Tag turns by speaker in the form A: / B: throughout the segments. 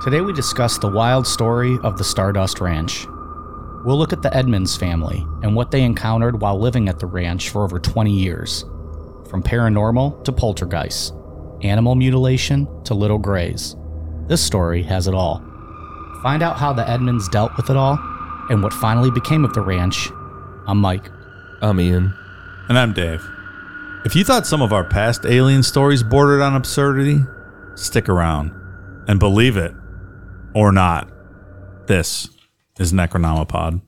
A: Today we discuss the wild story of the Stardust Ranch. We'll look at the Edmonds family and what they encountered while living at the ranch for over 20 years from paranormal to poltergeist, animal mutilation to little grays. This story has it all. Find out how the Edmonds dealt with it all and what finally became of the ranch. I'm Mike.
B: I'm Ian.
C: And I'm Dave. If you thought some of our past alien stories bordered on absurdity, stick around and believe it or not. This is Necronomipod.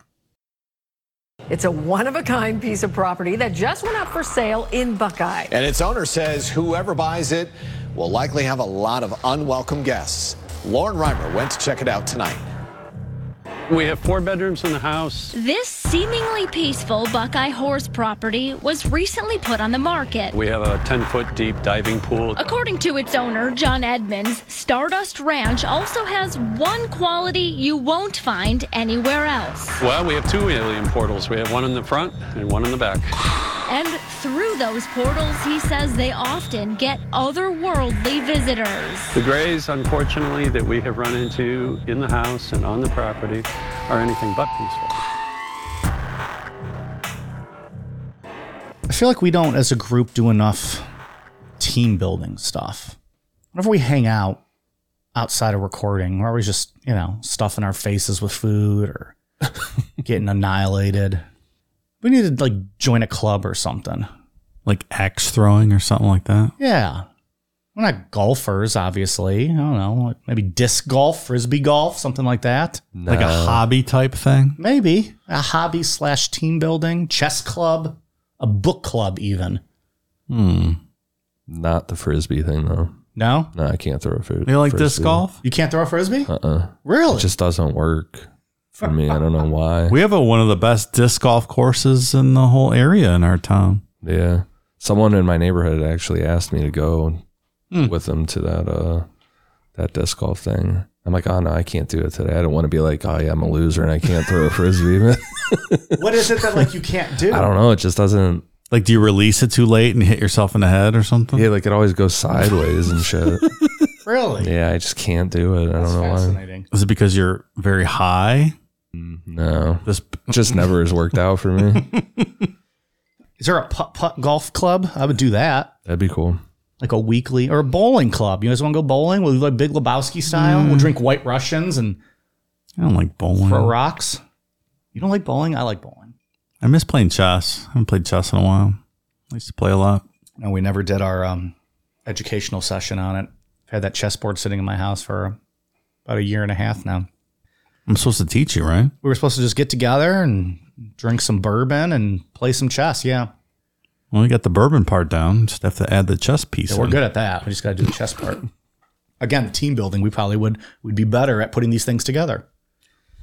D: It's a one of a kind piece of property that just went up for sale in Buckeye.
E: And its owner says whoever buys it will likely have a lot of unwelcome guests. Lauren Reimer went to check it out tonight.
F: We have four bedrooms in the house.
G: This seemingly peaceful Buckeye Horse property was recently put on the market.
F: We have a 10 foot deep diving pool.
G: According to its owner, John Edmonds, Stardust Ranch also has one quality you won't find anywhere else.
F: Well, we have two alien portals. We have one in the front and one in the back.
G: And through those portals, he says they often get otherworldly visitors.
F: The grays, unfortunately, that we have run into in the house and on the property are anything but peaceful.
A: I feel like we don't, as a group, do enough team building stuff. Whenever we hang out outside of recording, we're always just, you know, stuffing our faces with food or getting annihilated. We need to like join a club or something.
C: Like axe throwing or something like that.
A: Yeah. We're not golfers, obviously. I don't know. like, Maybe disc golf, frisbee golf, something like that.
C: Like a hobby type thing.
A: Maybe a hobby slash team building, chess club, a book club, even.
B: Not the frisbee thing though.
A: No?
B: No, I can't throw a food.
C: You like disc golf?
A: You can't throw a frisbee? Uh-uh. Really?
B: It just doesn't work for me. I don't know why.
C: We have a, one of the best disc golf courses in the whole area in our town.
B: yeah. Someone in my neighborhood actually asked me to go
C: Hmm.
B: with them to that uh that disc golf thing. I'm like, oh no, I can't do it today. I don't want to be like, oh yeah, I'm a loser and I can't throw a frisbee.
A: what is it that like you can't do?
B: I don't know. It just doesn't.
C: Like, do you release it too late and hit yourself in the head or something?
B: Yeah, like it always goes sideways and shit.
A: Really?
B: Yeah, I just can't do it. I don't know why.
A: Fascinating.
C: Is it because you're very high?
B: No,
C: This
B: just never has worked out for me.
A: Is there a putt putt golf club? I would do that.
B: That'd be cool.
A: Like a weekly or a bowling club. You guys want to go bowling? We'll do like Big Lebowski style.
B: Mm.
A: We'll drink white Russians and
C: I don't like bowling.
A: throw rocks. You don't like bowling? I like bowling.
C: I miss playing chess. I haven't played chess in a while. I used to play a lot.
A: No, we never did our um, educational session on it. I've had that chessboard sitting in my house for about a year and a half now.
C: I'm supposed to teach you, right?
A: We were supposed to just get together and drink some bourbon and play some chess. Yeah.
C: Well, we got the bourbon part down. Just have to add the chess piece.
A: Yeah, we're
C: in.
A: good at that. We just got to do the chess part. Again, team building. We probably would would be better at putting these things together.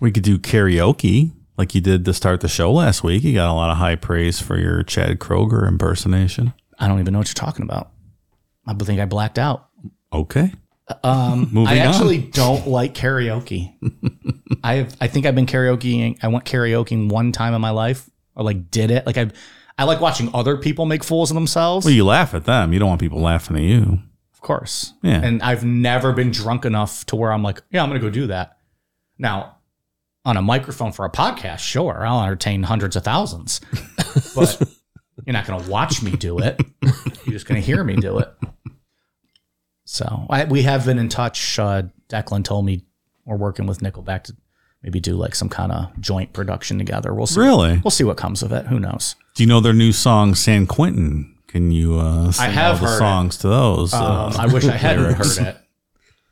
C: We could do karaoke like you did to start the show last week. You got a lot of high praise for your Chad Kroger impersonation.
A: I don't even know what you're talking about. I think I blacked out.
C: Okay.
A: Uh,
C: Um,
A: I
C: Moving
A: actually
C: on.
A: don't like karaoke. I have, I think I've been karaokeing. I went karaokeing one time in my life, or like did it. Like I, I like watching other people make fools of themselves.
C: Well, you laugh at them. You don't want people laughing at you.
A: of course.
C: Yeah.
A: And I've never been drunk enough to where I'm like, yeah, I'm gonna go do that. Now, on a microphone for a podcast, sure, I'll entertain hundreds of thousands, but you're not gonna watch me do it. You're just gonna hear me do it. So I, we have been in touch. Uh, Declan told me we're working with Nickelback to maybe do like some kind of joint production together. We'll see.
C: Really?
A: We'll see what comes of it. Who knows?
C: Do you know their new song San Quentin? Can you uh, sing
A: have
C: all the
A: heard it.
C: songs to those?
A: Um,
C: uh,
A: I wish I hadn't
C: lyrics?
A: heard it,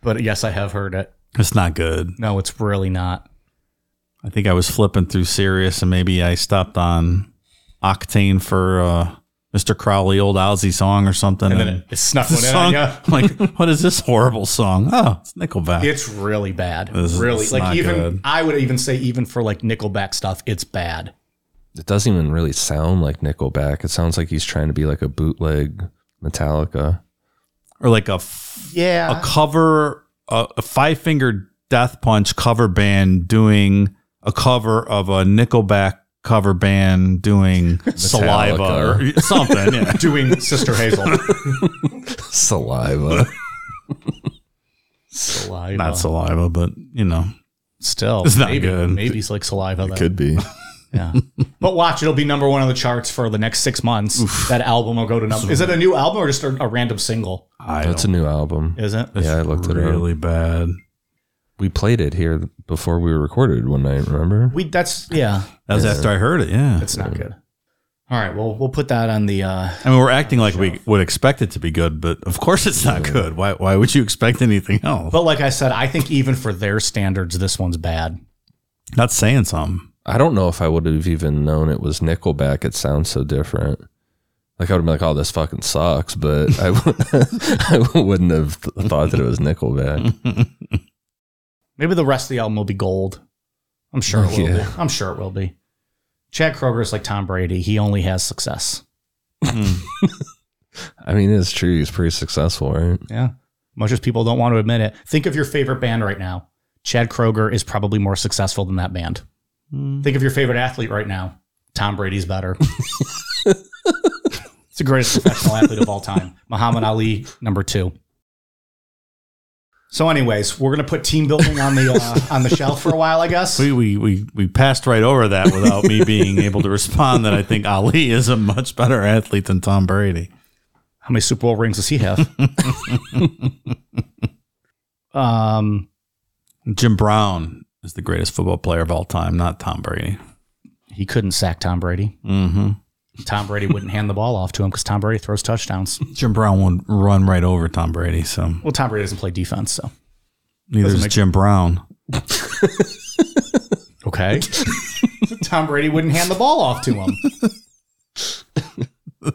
A: but yes, I have heard it.
C: It's not good.
A: No, it's really not.
C: I think I was flipping through Sirius and maybe I stopped on Octane for uh, Mr. Crowley, old Ozzy song or something.
A: And then it, it snuck one in on ya.
C: I'm like, what is this horrible song? Oh, it's Nickelback.
A: It's really bad.
C: This is-
A: really,
C: it's
A: like
C: not
A: even
C: good.
A: I would even say even for like Nickelback stuff, it's bad.
B: It doesn't even really sound like Nickelback. It sounds like he's trying to be like a bootleg Metallica.
C: or like a f-
A: Yeah.
C: a cover a, a five finger death punch cover band doing a cover of a Nickelback cover band doing saliva or something. Yeah.
A: Doing Sister Hazel.
B: Saliva.
A: saliva.
C: Not saliva, but you know.
A: Still,
C: It's not
A: maybe,
C: good.
A: Maybe it's like saliva. then.
H: Could be.
A: Yeah. but watch, it'll be number one on the charts for the next six months. That album will go to number. Is it a new album or just a, a random single?
C: I
B: That's a
C: don't-
B: new album.
A: Is it?
B: Yeah, I looked it up.
C: really bad.
B: We played it here before we recorded one night. Remember?
A: We that's yeah.
C: That was after I heard it. Yeah,
A: It's not good. All right. Well, we'll put that on the. uh
C: I mean, we're acting like we would expect it to be good, but of course it's not good. Why? Why would you expect anything else?
A: But like I said, I think even for their standards, this one's bad.
C: Not saying something.
B: I don't know if I would have even known it was Nickelback. It sounds so different. Like I would have been like, "Oh, this fucking sucks," but I w- I wouldn't have th- thought that it was Nickelback.
A: Maybe the rest of the album will be gold. I'm sure it will
B: Yeah.
A: be. I'm sure it will be. Chad Kroger's like Tom Brady. He only has success.
B: I mean, it's true. He's pretty successful, right?
A: Yeah. Much as people don't want to admit it. Think of your favorite band right now. Chad Kroger is probably more successful than that band. Think of your favorite athlete right now. Tom Brady's better. it's the greatest professional athlete of all time. Muhammad Ali, number two. So, anyways, we're gonna put team building on the uh, on the shelf for a while, I guess.
C: We, we we we passed right over that without me being able to respond that I think Ali is a much better athlete than Tom Brady.
A: How many Super Bowl rings does he have? um,
C: Jim Brown is the greatest football player of all time, not Tom Brady.
A: he couldn't sack Tom Brady.
C: Mm-hmm.
A: Tom Brady wouldn't hand the ball off to him because Tom Brady throws touchdowns.
C: Jim Brown would run right over Tom Brady, so
A: Well, Tom Brady doesn't play defense, so
C: neither
A: Doesn't
C: is
A: make-
C: Jim Brown.
A: okay. Tom Brady wouldn't hand the ball off to him.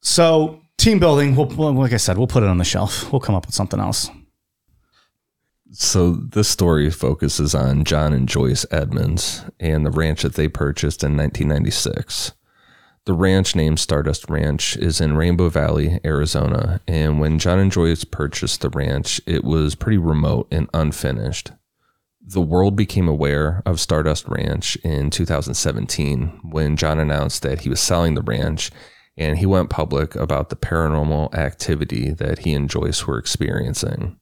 A: so team building, we'll, well, like I said, we'll put it on the shelf. We'll come up with something else.
B: So this story focuses on John and Joyce Edmonds and the ranch that they purchased in 1996. The ranch named Stardust Ranch is in Rainbow Valley, Arizona, and when John and Joyce purchased the ranch, it was pretty remote and unfinished. The world became aware of Stardust Ranch in 2017 when John announced that he was selling the ranch and he went public about the paranormal activity that he and Joyce were experiencing.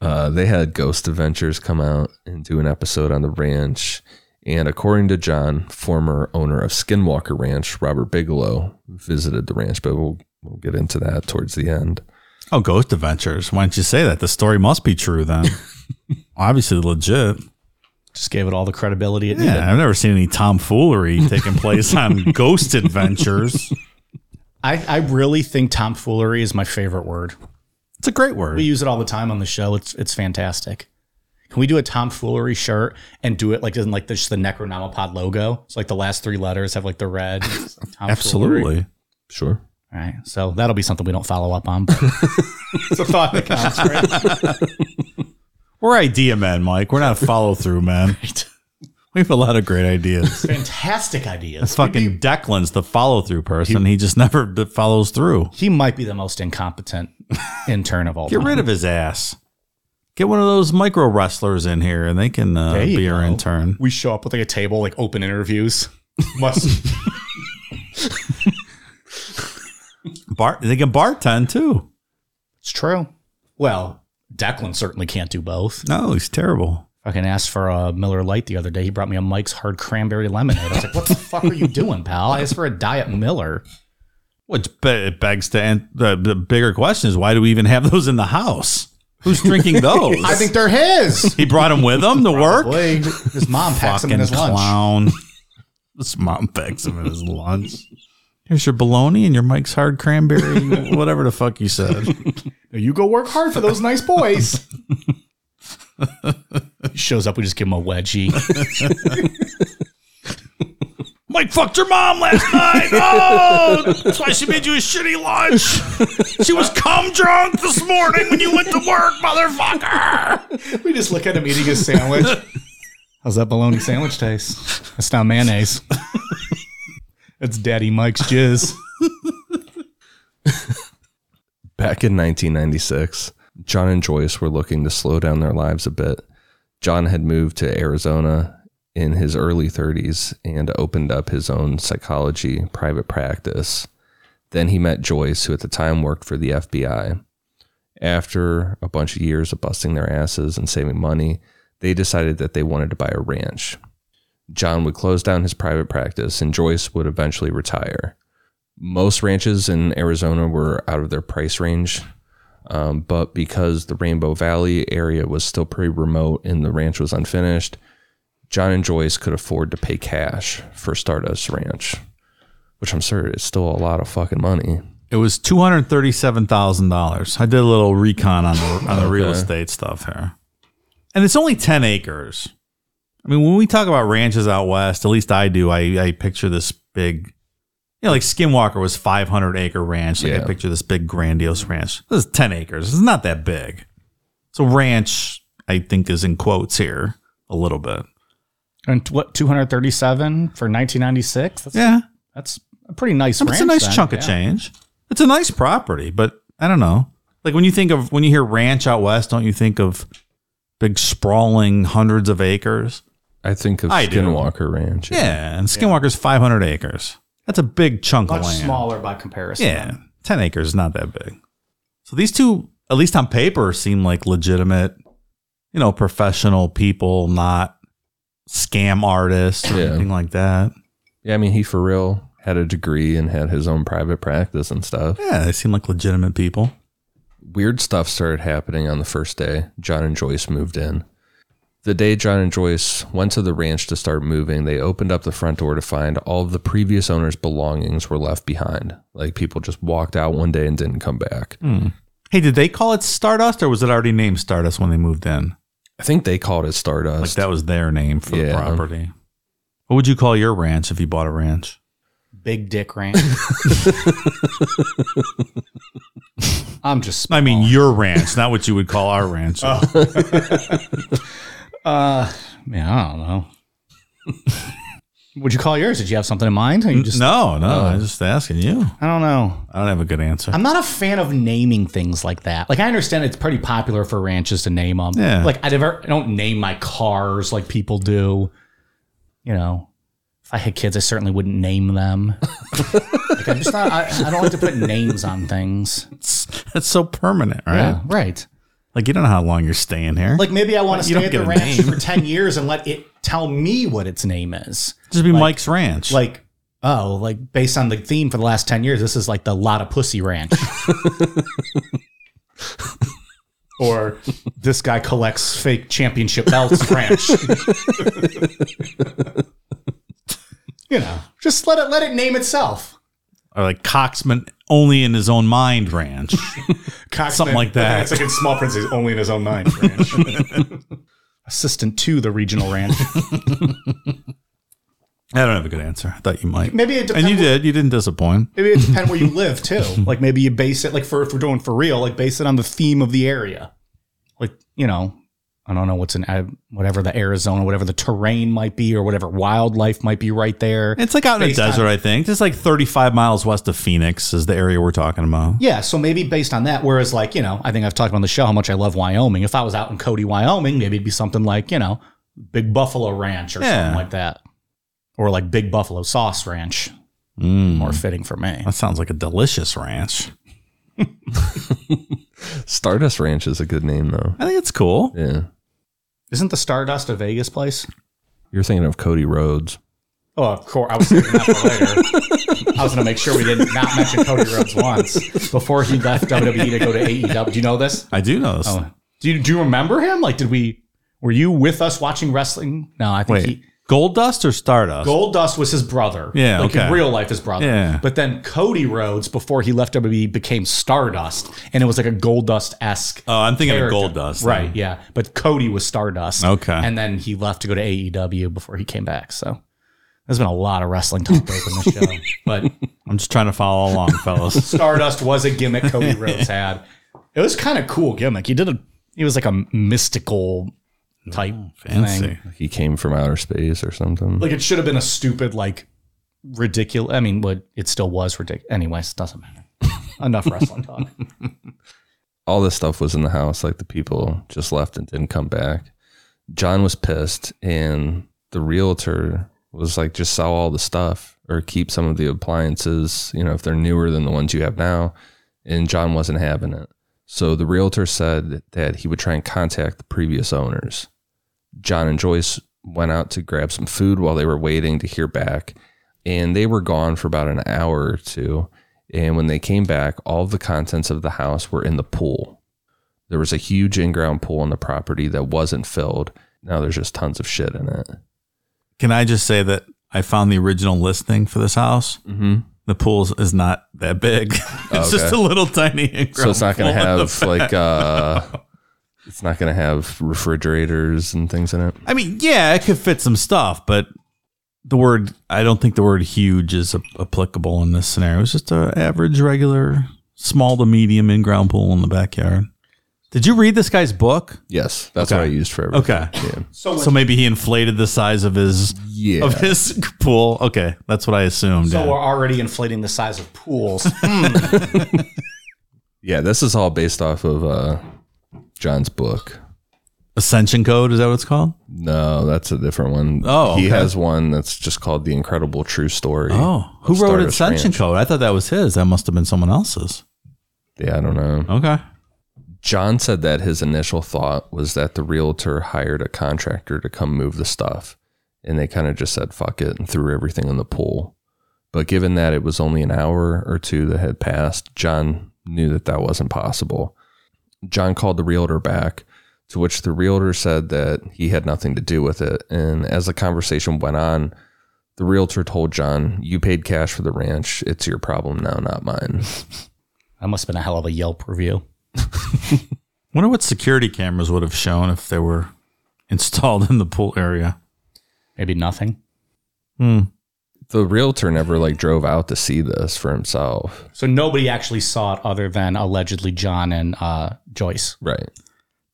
B: Uh, they had Ghost Adventures come out and do an episode on the ranch. And according to John, former owner of Skinwalker Ranch, Robert Bigelow, visited the ranch, but we'll, we'll get into that towards the end.
C: Oh, Ghost Adventures. Why don't you say that? The story must be true then. Obviously legit.
A: Just gave it all the credibility it needed.
C: Yeah, I've never seen any tomfoolery taking place on Ghost Adventures.
A: I, I really think tomfoolery is my favorite word.
C: It's a great word.
A: We use it all the time on the show. It's it's fantastic. Can we do a tomfoolery shirt and do it like doesn't like just the Necronomopod logo? It's like the last three letters have like the red. It's like tomfoolery.
C: Absolutely.
B: Sure.
A: All right. So that'll be something we don't follow up on. But it's a thought that counts, right?
C: We're idea men, Mike. We're not follow through men. We have a lot of great ideas.
A: Fantastic ideas.
C: Fucking Declan's the follow through person. He, just never b- follows through.
A: He might be the most incompetent intern of all
C: Get
A: time.
C: rid of his ass. Get one of those micro wrestlers in here and they can uh,
A: There you
C: be your
A: go.
C: intern.
A: We show up with like a table, like open interviews. Must
C: Bar- they can bartend too.
A: it's true. Well, Declan certainly can't do both.
C: No, he's terrible.
A: fucking asked for a Miller Lite the other day. He brought me a Mike's Hard Cranberry Lemonade. I was like, "What the fuck are you doing, pal?" I asked for a Diet Miller.
C: Which be- it begs to an- the, the bigger question is why do we even have those in the house? Who's drinking those?
A: I think they're his.
C: he brought them with him to work.
A: Boy, his mom packs him in his lunch.
C: clown. This mom pecks him in his lunch. Here's your bologna and your Mike's hard cranberry, and whatever the fuck you said.
A: You go work hard for those nice boys. He Shows up, we just give him a wedgie.
C: Mike fucked your mom last night. Oh, that's why she made you a shitty lunch. She was cum drunk this morning when you went to work, motherfucker.
A: we just look at him eating his sandwich. How's that bologna sandwich taste? That's not mayonnaise. That's Daddy Mike's jizz.
B: Back in 1996, John and Joyce were looking to slow down their lives a bit. John had moved to Arizona in his early 30s and opened up his own psychology private practice. Then he met Joyce, who at the time worked for the FBI. after a bunch of years of busting their asses and saving money, they decided that they wanted to buy a ranch. John would close down his private practice and Joyce would eventually retire. Most ranches in Arizona were out of their price range, um, but because the Rainbow Valley area was still pretty remote and the ranch was unfinished, John and Joyce could afford to pay cash for Stardust Ranch, which I'm sure is still a lot of fucking money.
C: It was two hundred thirty-seven thousand dollars. I did a little recon on the on the real
B: Okay.
C: estate stuff here, and it's only ten acres. I mean, when we talk about ranches out west, at least I do. I I picture this big, you know, like Skinwalker was five hundred acre ranch. Like I
B: Yeah.
C: picture this big grandiose ranch. This is ten acres. It's not that big. So ranch, I think, is in quotes here a little bit.
A: And t- what, 237 for 1996? That's,
C: Yeah,
A: that's a pretty nice
C: I mean, it's a
A: ranch
C: nice
A: then.
C: chunk of
A: Yeah.
C: change. It's a nice property, but I don't know. Like when you think of when you hear ranch out west, don't you think of big sprawling hundreds of acres?
B: I think of
C: I do.
B: Skinwalker Ranch.
C: Yeah, and Skinwalker's 500 acres. That's a big chunk
A: Much
C: of land.
A: smaller by comparison.
C: Yeah, 10 acres is not that big. So these two, at least on paper, seem like legitimate, you know, professional people, not scam artists or
B: Yeah.
C: anything like that.
B: Yeah, I mean, he for real had a degree and had his own private practice and stuff.
C: Yeah, they seem like legitimate people.
B: Weird stuff started happening on the first day John and Joyce moved in. The day John and Joyce went to the ranch to start moving, they opened up the front door to find all of the previous owner's belongings were left behind. Like people just walked out one day and didn't come back.
C: Hey, did they call it Stardust or was it already named Stardust when they moved in?
B: I think they called it Stardust.
C: Like that was their name for the
B: Yeah.
C: property. What would you call your ranch if you bought a ranch?
A: Big dick ranch. I'm just.
C: I mean, your ranch, not what you would call our ranch.
A: Oh. Uh, man, I don't know. Would you call yours? Did you have something in mind? Or You just,
C: no, no,
A: Oh.
C: I'm just asking you.
A: I don't know.
C: I don't have a good answer.
A: I'm not a fan of naming things like that. Like I understand it's pretty popular for ranches to name them.
C: Yeah.
A: Like I never, I don't name my cars like people do. You know, if I had kids, I certainly wouldn't name them. like I'm just not. I, I don't like to put names on things.
C: It's, it's so permanent, right?
A: Yeah, right.
C: Like you don't know how long you're staying here.
A: Like maybe I want
C: Like,
A: to stay
C: you don't
A: at
C: get
A: the
C: a
A: ranch
C: name.
A: for ten years and let it tell me what its name is.
C: just be Mike's ranch.
A: Like, oh, like based on the theme for the last ten years, this is like the lot of pussy ranch. or this guy collects fake championship belts ranch. you know, just let it let it name itself.
C: or like Coxman only in his own mind ranch. Something like that.
A: It's like in small prints, he's only in his own mind. Ranch. Assistant to the regional ranch.
C: I don't have a good answer. I thought you might.
A: Maybe it
C: and you
A: depends-
C: did. You didn't disappoint.
A: Maybe it depends where you live too. Like maybe you base it like for if we're doing for real, like base it on the theme of the area. Like you know, I don't know what's in uh, whatever the Arizona, whatever the terrain might be, or whatever wildlife might be right there.
C: It's like out in the
A: Based on-
C: desert, I think. Just like 35 miles west of Phoenix is the area we're talking about.
A: Yeah, so maybe based on that. Whereas like you know, I think I've talked on the show how much I love Wyoming. If I was out in Cody, Wyoming, maybe it'd be something like you know, Big Buffalo Ranch or
C: Yeah.
A: something like that, or like Big Buffalo Sauce Ranch.
C: Mm.
A: More fitting for me.
C: That sounds like a delicious ranch.
B: Stardust Ranch is a good name, though.
C: I think it's cool.
B: Yeah.
A: Isn't the Stardust a Vegas place?
B: You're thinking of Cody Rhodes.
A: Oh, of course. I was saving that for later. I was going to make sure we did not mention Cody Rhodes once before he left WWE to go to AEW. Do you know this?
C: I do know this.
A: Oh, do you, do you remember him? Like, did we? Were you with us watching wrestling? No, I think
C: Wait,
A: he,
C: Gold Dust or Stardust?
A: Gold Dust was his brother.
C: Yeah,
A: like
C: okay.
A: in real life, his brother.
C: Yeah.
A: But then Cody Rhodes, before he left WWE, became Stardust, and it was like a Gold Dust esque.
C: Oh, I'm thinking
A: character.
C: of Gold Dust. then.
A: Right, yeah. But Cody was Stardust.
C: Okay.
A: And then he left to go to AEW before he came back. So there's been a lot of wrestling talk on this show. But
C: I'm just trying to follow along, fellas.
A: Stardust was a gimmick Cody Rhodes had. It was kind of cool gimmick. He did a he was like a mystical type
C: Mm, Fancy.
A: thing.
B: He came from outer space or something.
A: Like it should have been a stupid like ridiculous. I mean, what it still was ridiculous. Anyways, it doesn't matter. Enough wrestling talk.
B: all this stuff was in the house. Like the people just left and didn't come back. John was pissed, and the realtor was like, just sell all the stuff or keep some of the appliances, you know, if they're newer than the ones you have now. And John wasn't having it. So the realtor said that he would try and contact the previous owners. John and Joyce went out to grab some food while they were waiting to hear back, and they were gone for about an hour or two. And when they came back, all of the contents of the house were in the pool. There was a huge in ground pool on the property that wasn't filled. Now there's just tons of shit in it.
C: Can I just say that I found the original listing for this house?
B: Mm-hmm.
C: The pool is not that big. it's
B: Okay.
C: just a little tiny.
B: So it's not going to
C: pool at the
B: have like, uh, it's not going to have refrigerators and things in it.
C: I mean, yeah, it could fit some stuff, but the word I don't think the word huge is a- applicable in this scenario. It's just a average, regular, small to medium in ground pool in the backyard. Did you read this guy's book?
B: Yes, that's what I used for everything.
C: Okay,
B: Yeah.
C: so, maybe he inflated the size of his
B: Yeah.
C: of his pool. Okay, that's what I assumed.
A: So
C: yeah.
A: we're already inflating the size of pools.
B: Yeah, this is all based off of uh, John's book.
C: Ascension code is that what it's called?
B: No, that's a different one.
C: Oh,
B: he
C: okay.
B: has one that's just called "The Incredible True Story."
C: Oh,
B: of
C: who wrote
B: Stardust
C: Ascension
B: Ranch.
C: code? I thought that was his. That must have been someone else's.
B: Yeah, I don't know.
C: Okay.
B: John said that his initial thought was that the realtor hired a contractor to come move the stuff, and they kind of just said "fuck it" and threw everything in the pool. But given that it was only an hour or two that had passed, John knew that that wasn't possible. John called the realtor back, to which the realtor said that he had nothing to do with it. And as the conversation went on, the realtor told John, You paid cash for the ranch. It's your problem now, not mine.
A: that must have been a hell of a Yelp review.
C: Wonder what security cameras would have shown if they were installed in the pool area.
A: Maybe nothing.
B: Hmm. The realtor never like drove out to see this for himself.
A: So nobody actually saw it other than allegedly John and uh, Joyce.
B: Right.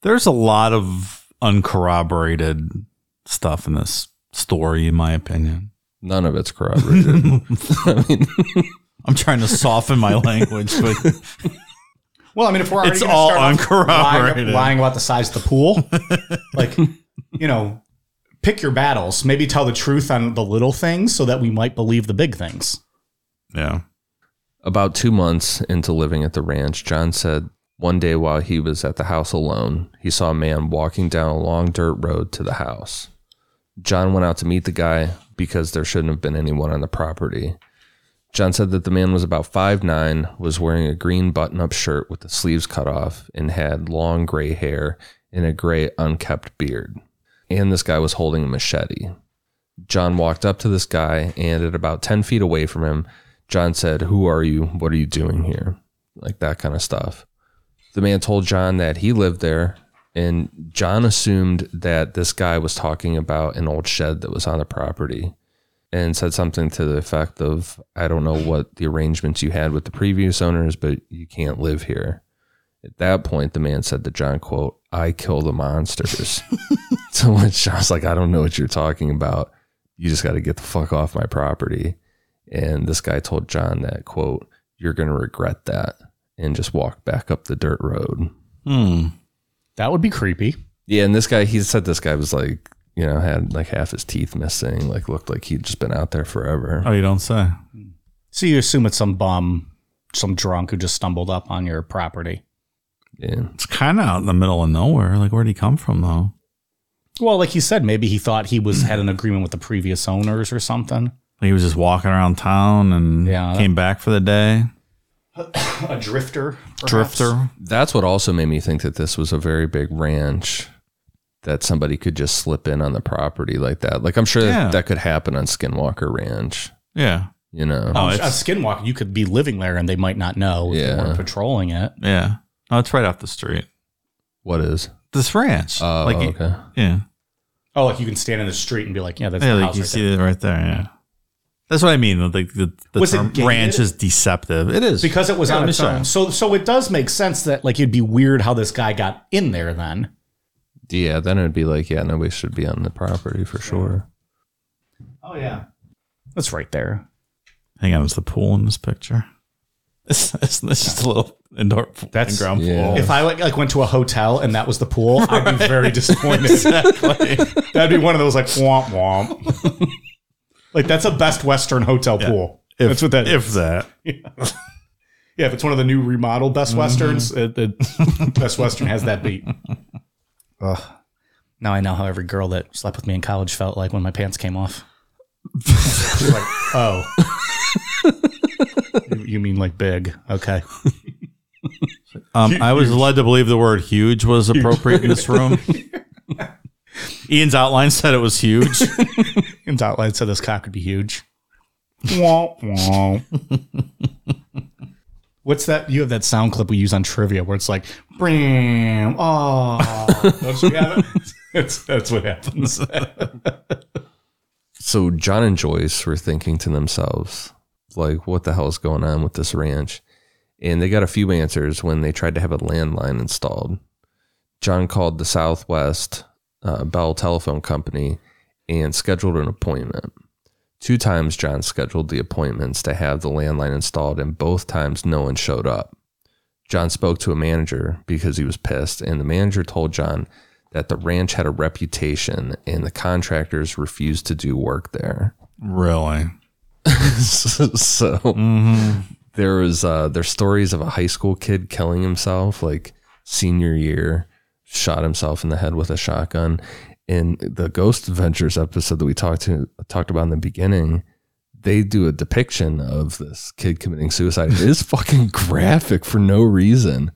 C: There's a lot of uncorroborated stuff in this story, in my opinion.
B: None of it's corroborated.
C: I'm trying to soften my language, but
A: Well, I mean, if we're already
C: It's
A: gonna
C: all
A: start off
C: uncorroborated.
A: lying, lying about the size of the pool, like you know, pick your battles. Maybe tell the truth on the little things so that we might believe the big things.
C: yeah.
B: About two months into living at the ranch, John said one day while he was at the house alone, he saw a man walking down a long dirt road to the house. John went out to meet the guy because there shouldn't have been anyone on the property. John said that the man was about 5'9, was wearing a green button up shirt with the sleeves cut off, and had long gray hair and a gray, unkept beard. And this guy was holding a machete. John walked up to this guy, and at about 10 feet away from him, John said, Who are you? What are you doing here? Like that kind of stuff. The man told John that he lived there, and John assumed that this guy was talking about an old shed that was on the property and said something to the effect of, I don't know what the arrangements you had with the previous owners, but you can't live here. At that point, the man said to John, quote, I kill the monsters. to which John's like, I don't know what you're talking about. You just got to get the fuck off my property. And this guy told John that, quote, you're going to regret that and just walk back up the dirt road.
C: Hmm.
A: That would be creepy.
B: Yeah. And this guy, he said this guy was like, you know, had like half his teeth missing, like looked like he'd just been out there forever.
C: Oh, you don't say.
A: So you assume it's some bum, some drunk who just stumbled up on your property.
B: Yeah.
C: It's kind of out in the middle of nowhere. Like, where'd he come from, though?
A: Well, like he said, maybe he thought he was had an agreement with the previous owners or something.
C: Like, he was just walking around town and
A: Yeah.
C: came back for the day.
A: A drifter, perhaps?
C: Drifter.
B: That's what also made me think that this was a very big ranch that somebody could just slip in on the property like that. Like, I'm sure
C: Yeah.
B: that, that could happen on Skinwalker Ranch,
C: Yeah.
B: you know?
C: Oh,
A: a
C: it's,
A: skinwalker. You could be living there and they might not know. if they
B: Yeah.
A: weren't patrolling it.
C: yeah. No, it's right off the street.
B: What is?
C: This ranch.
B: Oh,
C: like,
B: okay.
C: Yeah.
A: Oh, like you can stand in the street and be like, yeah, that's
C: yeah,
A: the
C: like
A: house
C: you
A: right
C: see
A: there.
C: it right there. Yeah, that's what I mean. Like the, the
A: Was it
C: term
A: gated?
C: ranch is deceptive. It is
A: because it was
C: Yeah,
A: on
C: I'm
A: its
C: sure.
A: own. So, so it does make sense that like it'd be weird how this guy got in there. Then
B: Yeah, then it'd be like, yeah, nobody should be on the property for sure.
A: Oh, that's right there.
C: Hang on, is the pool in this picture? This this this just a little indoor pool,
A: That's-
C: ground
B: yeah.
C: pool.
A: If I like, like went to a hotel and that was the pool, I'd be very disappointed. That'd be one of those like womp womp. like that's a Best Western hotel pool. that's what that.
C: if that.
A: Yeah, if it's one of the new remodeled Best Westerns, it, it- Best Western has that beat. Ugh. Now I know how every girl that slept with me in college felt like when my pants came off. She's like, oh. you, you mean like big. Okay.
C: Um, I was led to believe the word huge was appropriate in this room. Ian's outline said it was huge.
A: And Dotline said this cock would be huge. Wah, wah. What's that? You have that sound clip we use on trivia where it's like, "Bram, oh, don't you have it? That's, that's what happens.
B: So John and Joyce were thinking to themselves, like, what the hell is going on with this ranch? And they got a few answers when they tried to have a landline installed. John called the Southwest uh, Bell Telephone Company and scheduled an appointment. Two times John scheduled the appointments to have the landline installed, and both times no one showed up. John spoke to a manager because he was pissed, and the manager told John that the ranch had a reputation and the contractors refused to do work there.
C: really?
B: so there was uh, there's stories of a high school kid killing himself like senior year, shot himself in the head with a shotgun. In the Ghost Adventures episode that we talked to talked about in the beginning, they do a depiction of this kid committing suicide. It is fucking graphic for no reason.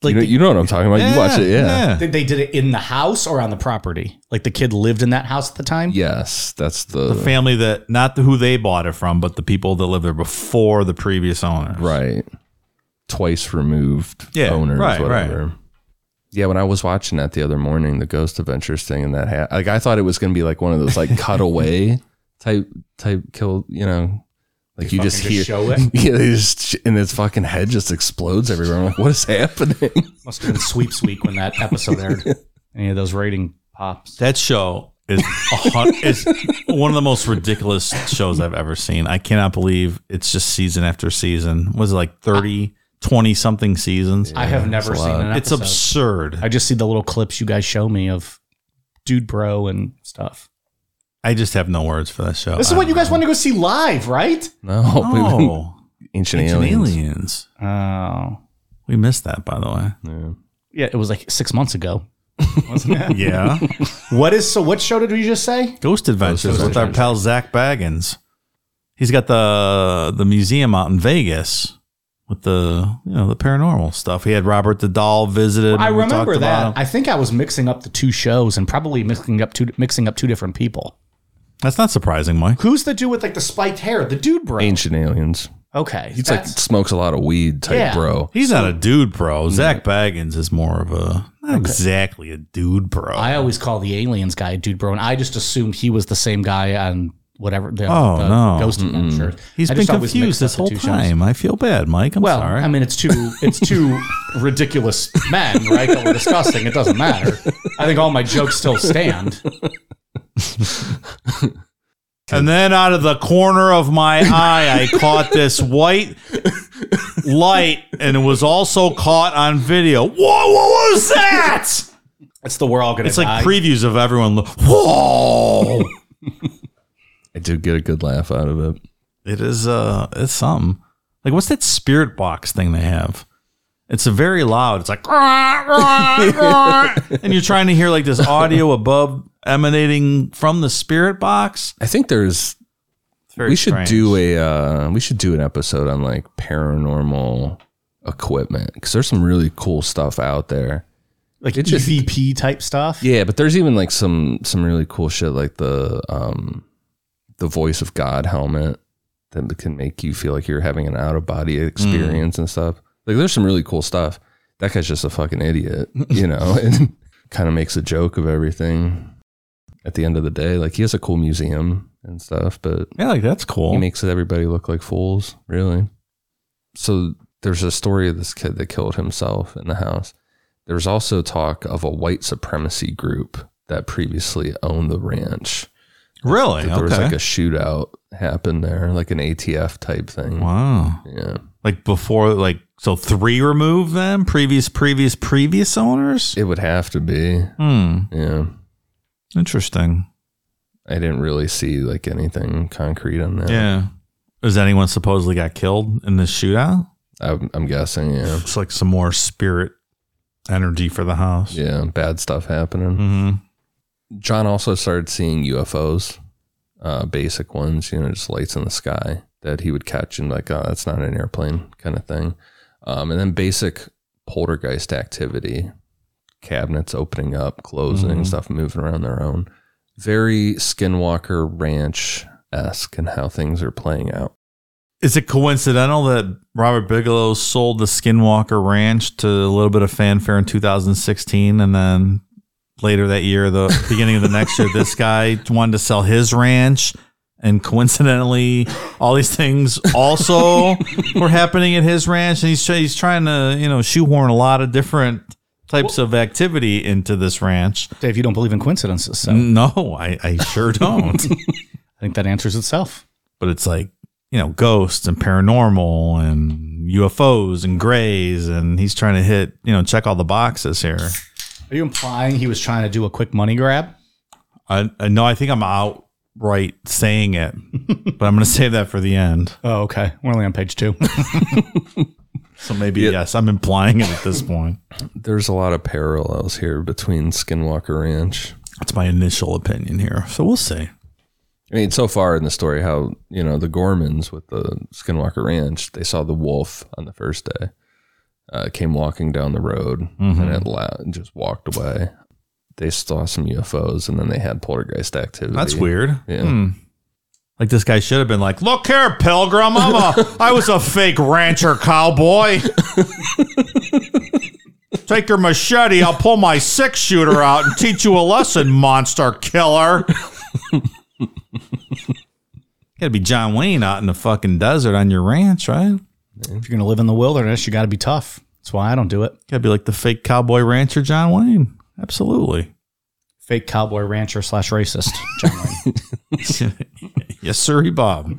A: Like
B: you, know,
A: the-
B: you know what I'm talking about. you watch it, yeah.
A: They- they did it in the house or on the property. Like the kid lived in that house at the time.
B: Yes, that's the,
C: The family that not who they bought it from, but the people that lived there before the previous owner.
B: right twice removed
C: Yeah,
B: owners
C: right,
B: whatever yeah when i was watching that the other morning the ghost adventures thing and that ha- like i thought it was going to be like one of those like cutaway type type kill you know like you just
A: fucking
B: hear
A: just show it?
B: yeah they just and this fucking head just explodes everywhere i'm like what is happening
A: Must have been sweeps week when that episode aired. Any of those rating pops.
C: That show is, a hun- is one of the most ridiculous shows I've ever seen. I cannot believe it's just season after season. Was it like 30, 20 something seasons?
A: I have never
B: it's a
A: seen
B: lot.
A: an
C: It's
A: episode.
C: absurd.
A: I just see the little clips you guys show me of dude bro and stuff.
C: I just have no words for that show.
A: This is
C: I
A: what you
C: don't
A: guys want to go see live, right?
B: no,
C: know.
B: we've been-
C: Oh,
B: ancient,
C: Ancient
B: aliens,
C: aliens.
A: Oh.
C: We missed that, by the way.
A: Yeah, it was like six months ago. Wasn't it?
C: Yeah.
A: What is so? What show did we just say?
C: Ghost Adventures
B: Ghost
C: with our
B: Adventures.
C: pal Zach Baggins. He's got the the museum out in Vegas with the you know the paranormal stuff. He had Robert the Doll visited.
A: I
C: and we
A: remember
C: talked about
A: that.
C: him.
A: I think I was mixing up the two shows and probably mixing up two mixing up two different people.
C: That's not surprising, Mike.
A: Who's the dude with like the spiked hair? The dude bro.
B: ancient aliens
A: Okay,
B: he's like
A: that's-
B: smokes a lot of weed type
A: Yeah.
B: bro
C: He's not a dude pro.
B: Mm-hmm.
C: Zach Baggins is more of a not exactly a dude bro.
A: I always call the aliens guy dude bro, and I just assumed he was the same guy on whatever. The,
C: Oh,
A: the
C: no.
A: Ghost Adventures.
C: He's
A: I
C: been
A: just always mix
C: confused
A: up
C: this
A: the
C: whole
A: two shows.
C: time. I feel bad, Mike. I'm
A: Well,
C: sorry.
A: I mean, it's two it's two ridiculous men, right? That we're discussing. It doesn't matter. I think all my jokes still stand.
C: And then out of the corner of my eye, I caught this white light, and it was also caught on video. Whoa, what was that?
A: It's the we're all gonna.
C: It's like
A: die.
C: previews of everyone. Look, whoa!
B: i did get a good laugh out of it
C: It is uh, it's something. Like what's that spirit box thing they have? It's a very loud. It's like, "Grr, grr, grr," and you're trying to hear like this audio above emanating from the spirit box.
B: i think there's
C: It's very
B: we should
C: strange.
B: do a uh, we should do an episode on like paranormal equipment because there's some really cool stuff out there
A: like
B: It just-
A: EVP type stuff.
B: yeah but there's even like some some really cool shit like the um the voice of god helmet that can make you feel like you're having an out-of-body experience and stuff like there's some really cool stuff that guy's just a fucking idiot you know and kind of makes a joke of everything at the end of the day like he has a cool museum and stuff but
C: Yeah, like that's cool.
B: he makes everybody look like fools, really. So there's a story of this kid that killed himself in the house. There's also talk of a white supremacy group that previously owned the ranch.
C: really?
B: That
C: Okay.
B: there was like a shootout happened there, like an ATF type thing.
C: wow.
B: Yeah.
C: like before like so three remove them previous previous previous owners
B: It would have to be.
C: hmm
B: Yeah.
C: interesting
B: I didn't really see like anything concrete on that.
C: yeah is anyone supposedly got killed in this shootout
B: I'm, I'm guessing. Yeah.
C: It's like some more spirit energy for the house.
B: Yeah. Bad stuff happening.
C: Mm-hmm.
B: John also started seeing UFOs, uh, basic ones, you know, just lights in the sky that he would catch and like, oh, that's not an airplane kind of thing. Um, and then basic poltergeist activity, cabinets opening up, closing, stuff moving around their own. Very Skinwalker Ranch esque and how things are playing out.
C: Is it coincidental that Robert Bigelow sold the Skinwalker Ranch to a little bit of fanfare in 2016, and then later that year, the beginning of the next year, this guy wanted to sell his ranch, and coincidentally, all these things also were happening at his ranch, and he's try- he's trying to you know shoehorn a lot of different types of activity into this ranch.
A: Dave, you don't believe in coincidences, so
C: No, I, I sure don't.
A: I think that answers itself.
C: but it's like you know ghosts and paranormal and UFOs and grays, and he's trying to hit you know check all the boxes here.
A: Are you implying he was trying to do a quick money grab?
C: I, I no, I think I'm outright saying it, but I'm going to save that for the end.
A: Oh, okay. We're only on page two.
C: So maybe yes, I'm implying it at this point.
B: There's a lot of parallels here between Skinwalker Ranch.
C: That's my initial opinion here. So we'll see.
B: I mean, so far in the story, how you know the Gormans with the Skinwalker Ranch, they saw the wolf on the first day, uh, came walking down the road,
C: Mm-hmm.
B: and it la- just walked away. They saw some UFOs, and then they had poltergeist activity.
C: That's weird. Hmm.
B: Yeah.
C: Like this guy should have been like, "Look here, pilgrim, I'm a, I was a fake rancher cowboy. Take your machete, I'll pull my six shooter out and teach you a lesson, monster killer." Got to be John Wayne out in the fucking desert on your ranch, right?
A: if you're going to live in the wilderness, you got to be tough. That's why I don't do it.
C: Got to be like the fake cowboy rancher John Wayne. Absolutely.
A: Fake cowboy rancher slash racist. John Wayne.
C: yes, sir, Bob.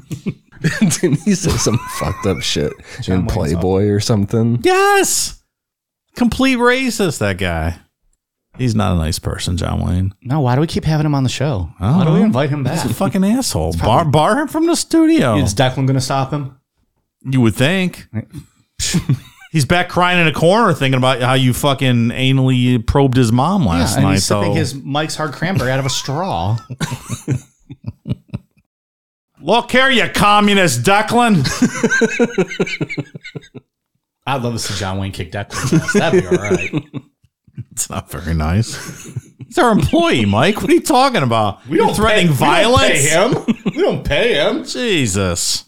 B: Didn't he say some fucked up shit in
A: Wayne's up.
B: Playboy or something?
C: Yes. Complete racist, that guy. He's not a nice person, John Wayne.
A: no, why do we keep having him on the show?
C: Oh.
A: Why do we invite him back?
C: He's a fucking asshole. Bar, bar him from the studio.
A: Is Declan going to stop him?
C: You would think. He's back crying in a corner thinking about how you fucking anally probed his mom last
A: yeah, and
C: night.
A: he's sipping
C: So,
A: his Mike's hard cranberry out of a straw.
C: look here, you communist Declan.
A: I'd love to see John Wayne kick Declan's ass. That'd be all right.
C: it's not very nice. He's our employee, Mike. What are you talking about? We
A: don't
C: threatening violence.
A: him. We don't pay him.
C: Jesus.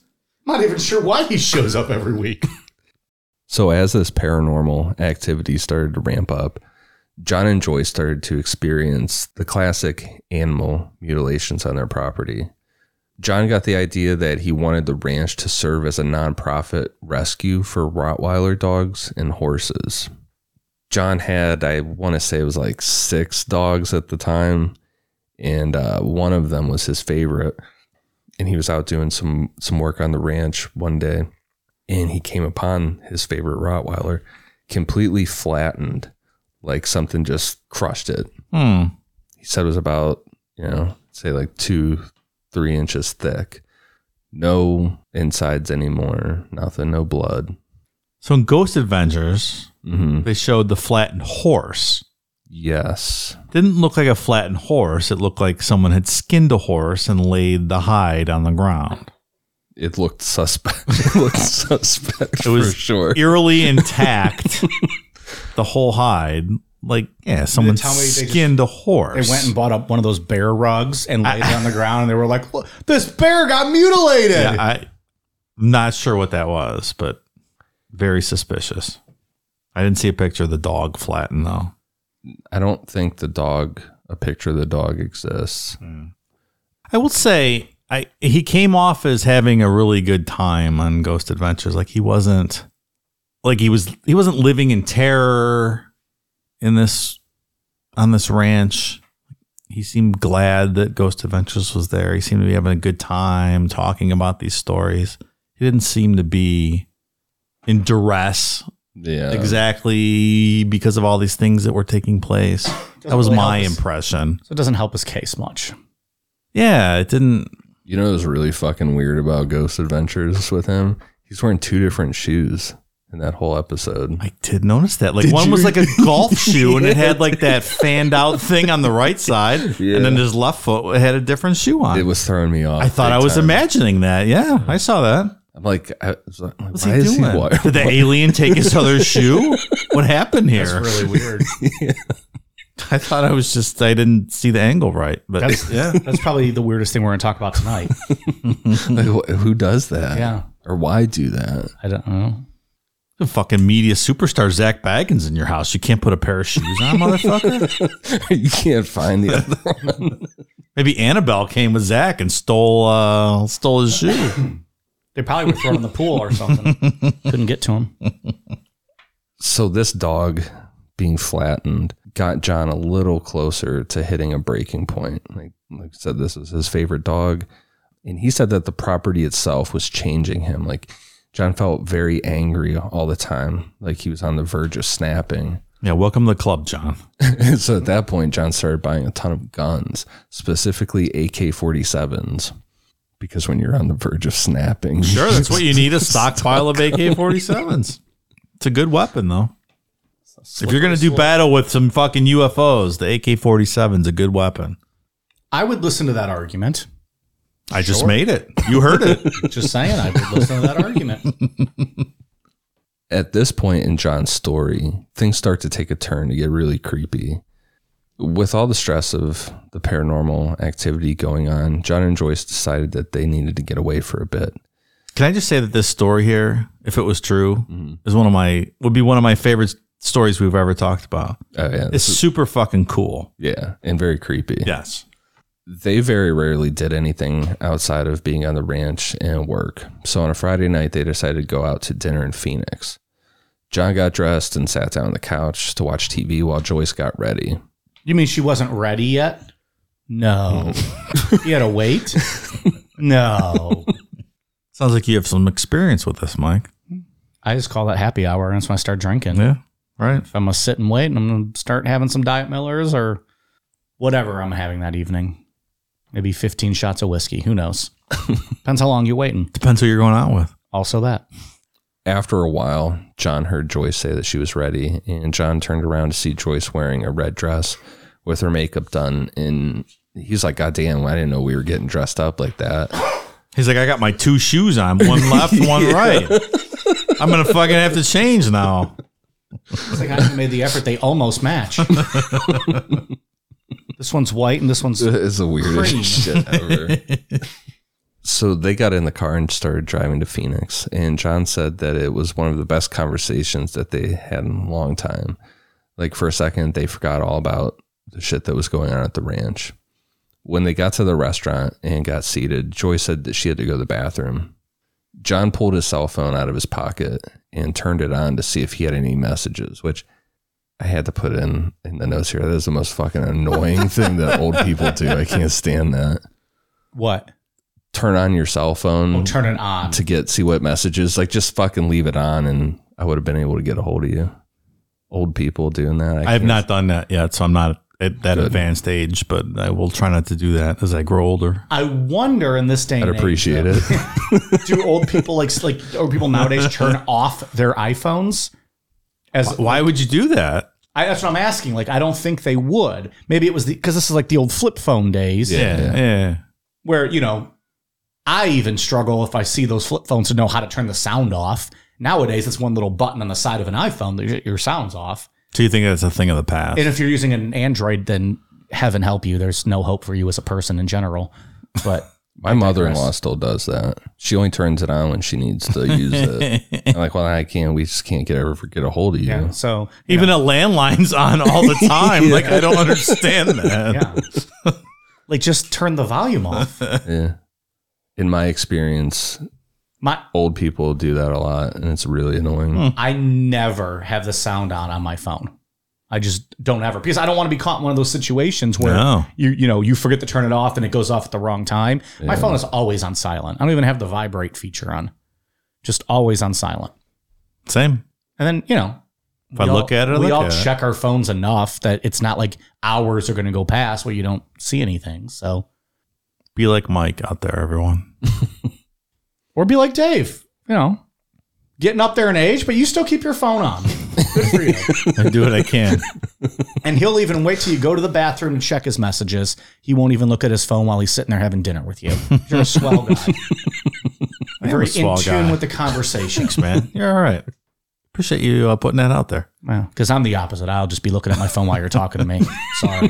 A: not even sure why he shows up every week.
B: So as this paranormal activity started to ramp up, John and Joyce started to experience the classic animal mutilations on their property. John got the idea that he wanted the ranch to serve as a nonprofit rescue for Rottweiler dogs and horses. John had, I want to say it was like six dogs at the time, and uh, one of them was his favorite. And he was out doing some some work on the ranch one day, and he came upon his favorite Rottweiler completely flattened, like something just crushed it.
C: Hmm.
B: He said it was about, you know, say like two, three inches thick. No insides anymore, nothing, no blood.
C: So in Ghost Adventures,
B: hmm
C: they showed the flattened horse.
B: Yes.
C: Didn't look like a flattened horse. It looked like someone had skinned a horse and laid the hide on the ground.
B: It looked suspect. it looked suspect
C: It was e-
B: for sure.
C: eerily intact. the whole hide, like yeah, someone
A: tell me they just-
C: skinned a
A: They
C: horse.
A: went and bought up one of those bear rugs and laid it on the ground, and they were like, "Look, "This bear got mutilated."
C: yeah, I, am not sure what that was, but very suspicious. I didn't see a picture of the dog flattened though.
B: I don't think the dog, a picture of the dog exists.
C: Mm. I will say, I he came off as having a really good time on Ghost Adventures. Like he wasn't, like he was, he wasn't living in terror in this on this ranch. He seemed glad that Ghost Adventures was there. He seemed to be having a good time talking about these stories. He didn't seem to be in duress
B: Yeah.
C: exactly because of all these things that were taking place. That was
A: really
C: my
A: help us.
C: impression.
A: So it doesn't help his case much.
C: Yeah, it didn't.
B: You know what was really fucking weird about Ghost Adventures with him? He's wearing two different shoes. in that whole episode.
C: I did notice that. Like one was like a golf shoe and it had like that fanned out thing on the right side,
B: Yeah.
C: and then his left foot had a different shoe on.
B: It was throwing me off.
C: I thought
B: big
C: I was
B: time.
C: imagining that. Yeah, I saw that.
B: I'm like, I was like why
C: What's he
B: is
C: doing?
B: he wa-
C: Did the alien take his other shoe? What happened here?
A: That's really weird.
C: I thought I was just I didn't see the angle right. But
A: That's yeah. That's probably the weirdest thing we're going to talk about tonight.
B: Like, wh- who does that?
A: Yeah.
B: Or why do that?
A: I don't know.
C: the fucking media superstar Zach Baggins in your house. You can't put a pair of shoes on, motherfucker.
B: you can't find the other one.
C: Maybe Annabelle came with Zach and stole uh stole his shoe.
A: They probably were thrown in the pool or something. Couldn't get to him.
B: So this dog being flattened got John a little closer to hitting a breaking point. Like, like I said, this is his favorite dog. And he said that the property itself was changing him. Like John felt very angry all the time. Like he was on the verge of snapping.
C: Yeah, welcome to the club, John.
B: so at that point, John started buying a ton of guns, specifically AK 47s. Because when you're on the verge of snapping,
C: Sure, that's what you need a stockpile of AK 47s. It's a good weapon, though. If you're going to do battle with some fucking UFOs, the AK 47's a good weapon.
A: I would listen to that argument.
C: I just made it. You heard it.
A: Just saying, I would listen to that argument.
B: at this point in John's story, things start to take a turn to get really creepy. With all the stress of the paranormal activity going on, John and Joyce decided that they needed to get away for a bit.
C: Can I just say that this story here, if it was true,
B: Mm-hmm.
C: is one of my, would be one of my favorite stories we've ever talked about.
B: Oh, yeah.
C: It's
B: this is-
C: super fucking cool.
B: yeah. And very creepy.
C: Yes.
B: They very rarely did anything outside of being on the ranch and work. So on a Friday night, they decided to go out to dinner in Phoenix. John got dressed and sat down on the couch to watch TV while Joyce got ready.
A: You mean she wasn't ready yet? No. you had to wait? No.
C: Sounds like you have some experience with this, Mike.
A: I just call that happy hour, and that's when I start drinking.
C: Yeah. Right.
A: If I'm going to sit and wait, and I'm going to start having some Diet Millers or whatever I'm having that evening. Maybe 15 shots of whiskey. Who knows? Depends how long you're waiting.
C: Depends who you're going out with.
A: Also, that.
B: After a while, John heard Joyce say that she was ready, and John turned around to see Joyce wearing a red dress with her makeup done. And he's like, God damn, I didn't know we were getting dressed up like that.
C: He's like, I got my two shoes on, one left, one right. I'm gonna fucking have to change now.
A: It's like I made the effort. They almost match. this one's white and this one's
B: it's the weirdest
A: Cream.
B: shit ever. so they got in the car and started driving to Phoenix. And John said that it was one of the best conversations that they had in a long time. Like for a second, they forgot all about the shit that was going on at the ranch. When they got to the restaurant and got seated, Joy said that she had to go to the bathroom. John pulled his cell phone out of his pocket and turned it on to see if he had any messages, which I had to put in in the notes here. That is the most fucking annoying thing that old people do. I can't stand that.
A: what?
B: Turn on your cell phone
A: Oh, turn it on.
B: to get see what messages. Like just fucking leave it on, and I would have been able to get a hold of you. Old people doing that.
C: I have
B: can't-
C: not done that yet, so I'm not at that
B: Good.
C: advanced age, but I will try not to do that as I grow older.
A: I wonder in this day
B: I'd
A: and
B: appreciate it.
A: age, do old people like like old people nowadays turn off their iPhones? As
C: Why would you do that?
A: I, that's what I'm asking. Like I don't think they would. Maybe it was the because this is like the old flip phone days
C: Yeah, yeah.
A: where you know I even struggle if I see those flip phones to know how to turn the sound off. Nowadays, it's one little button on the side of an iPhone that your- your sound's off.
C: So you think that's a thing of the past?
A: And if you're using an Android, then heaven help you. There's no hope for you as a person in general. But
B: My mother in law still does that. She only turns it on when she needs to use it. I'm like, well, I can't. We just can't get ever get a hold of you.
A: yeah, so
C: Even a landline's on all the time. Like I don't understand that.
A: yeah, like just turn the volume off.
B: yeah. In my experience,
A: My
B: old people do that a lot, and it's really annoying.
A: I never have the sound on on my phone. I just don't ever because I don't want to be caught in one of those situations where
C: No.
A: you you know you forget to turn it off and it goes off at the wrong time. My phone is always on silent. I don't even have the vibrate feature on. Just always on silent.
C: Same.
A: And then you know,
C: If I look at it, I
A: we
C: look
A: all
C: at it.
A: check our phones enough that it's not like hours are going to go past where you don't see anything. So
C: Be like Mike out there, everyone.
A: or be like Dave, you know, getting up there in age, but you still keep your phone on. Good for you.
C: I do what I can.
A: and he'll even wait till you go to the bathroom and check his messages. He won't even look at his phone while he's sitting there having dinner with you. You're a swell guy.
C: I am
A: Very
C: a swell
A: in tune
C: guy.
A: with the conversation.
C: Thanks, man. You're all right. Appreciate you uh, putting that out there.
A: Because I'm the opposite. I'll just be looking at my phone while you're talking to me. Sorry.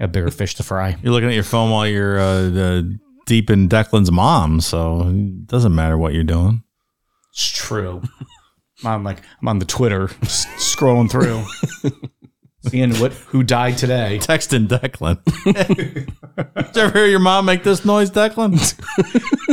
A: Got bigger fish to fry.
C: You're looking at your phone while you're uh, uh, deep in Declan's mom, so it doesn't matter what you're doing.
A: It's true. I'm like I'm on the Twitter, s- scrolling through, seeing what who died today.
C: Texting Declan. Did you ever hear your mom make this noise, Declan?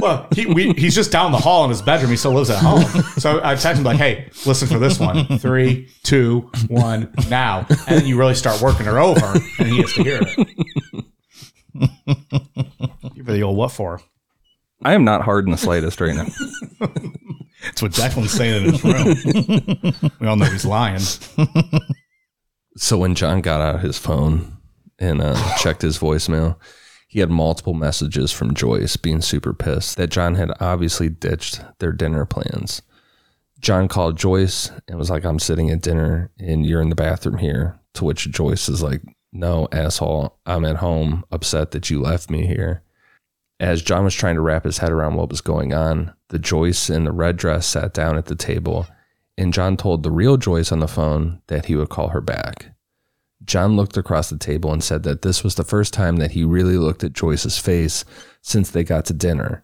A: Well, he, we, he's just down the hall in his bedroom. He still lives at home. So I text him like, "Hey, listen for this one. Three, two, one, now." And then you really start working her over, and he has to hear it. You're the old what for?
B: I am not hard in the slightest right now.
A: That's what Declan's saying in his room. We all know he's lying.
B: So when John got out his phone and uh, checked his voicemail, he had multiple messages from Joyce being super pissed that John had obviously ditched their dinner plans. John called Joyce and was like, I'm sitting at dinner and you're in the bathroom here. To which Joyce is like, No, asshole, I'm at home, upset that you left me here. As John was trying to wrap his head around what was going on, the Joyce in the red dress sat down at the table and John told the real Joyce on the phone that he would call her back. John looked across the table and said that this was the first time that he really looked at Joyce's face since they got to dinner.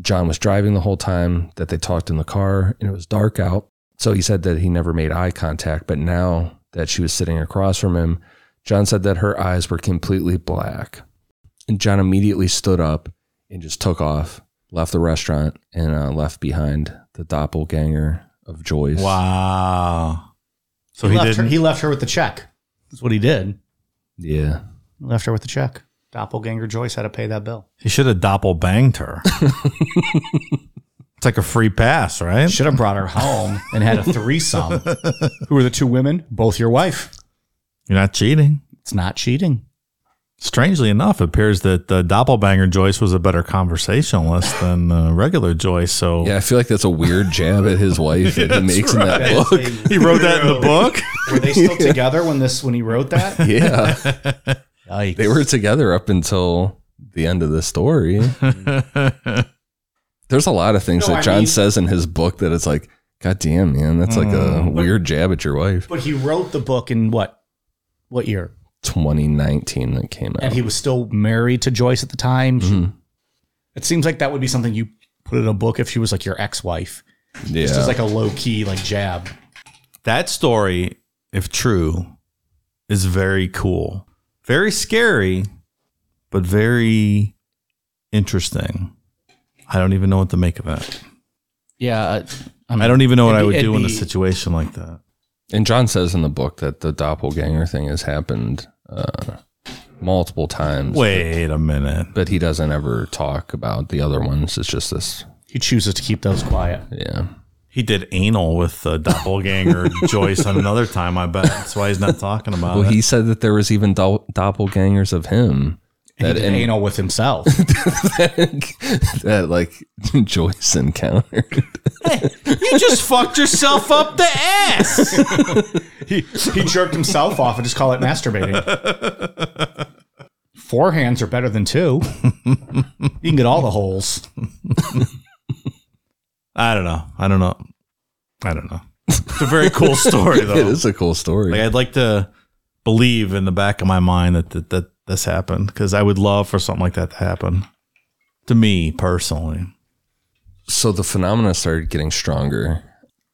B: John was driving the whole time that they talked in the car and it was dark out. So he said that he never made eye contact, but now that she was sitting across from him, John said that her eyes were completely black. And John immediately stood up and just took off, left the restaurant, and uh, left behind the doppelganger of Joyce.
C: Wow. So
A: he,
C: he,
A: left her,
C: didn't.
A: he left her with the check. That's what he did.
B: Yeah.
A: He left her with the check. Doppelganger Joyce had to pay that bill.
C: he should have doppelbanged her. it's like a free pass, right?
A: Should have brought her home and had a threesome. Who are the two women? Both your wife.
C: You're not cheating.
A: It's not cheating.
C: Strangely enough, it appears that the doppelbanger Joyce was a better conversationalist than uh, regular Joyce. So
B: Yeah, I feel like that's a weird jab at his wife that he makes in that book.
C: he wrote that in the book.
A: Were they still together when this when he wrote that?
B: Yeah.
A: Yikes.
B: They were together up until the end of the story. There's a lot of things
A: No,
B: that
A: I
B: John
A: mean-
B: says in his book that it's like, God damn, man, that's like a weird jab at your wife.
A: But he wrote the book in what what year?
B: 2019 that came out.
A: And he was still married to Joyce at the time. She-
B: Mm-hmm.
A: It seems like that would be something you put in a book if she was like your ex-wife.
B: yeah.
A: Just as like a low key like jab.
C: That story, if true, is very cool, very scary, but very interesting. I don't even know what to make of that.
A: Yeah.
C: I don't even know what
A: It'd
C: I
A: be-
C: would
A: it'd
C: do in a
A: be-
C: situation like that.
B: and John says in the book that the doppelganger thing has happened uh, multiple times.
C: Wait a minute.
B: But he doesn't ever talk about the other ones. It's just this.
A: He chooses to keep those quiet.
B: Yeah.
C: He did anal with the doppelganger Joyce on another time, I bet. That's why he's not talking about
B: Well,
C: it.
B: he said that there was even dol- doppelgangers of him
A: He
B: that
A: did
B: in,
A: anal with himself.
B: that like Joyce encountered.
C: You just fucked yourself up the ass.
A: he, he jerked himself off and just call it masturbating. Four hands are better than two. You can get all the holes.
C: I don't know. I don't know. I don't know. It's a very cool story, though.
B: it is a cool story.
C: Like I'd like to believe in the back of my mind that that, that this happened because I would love for something like that to happen to me personally.
B: so the phenomena started getting stronger,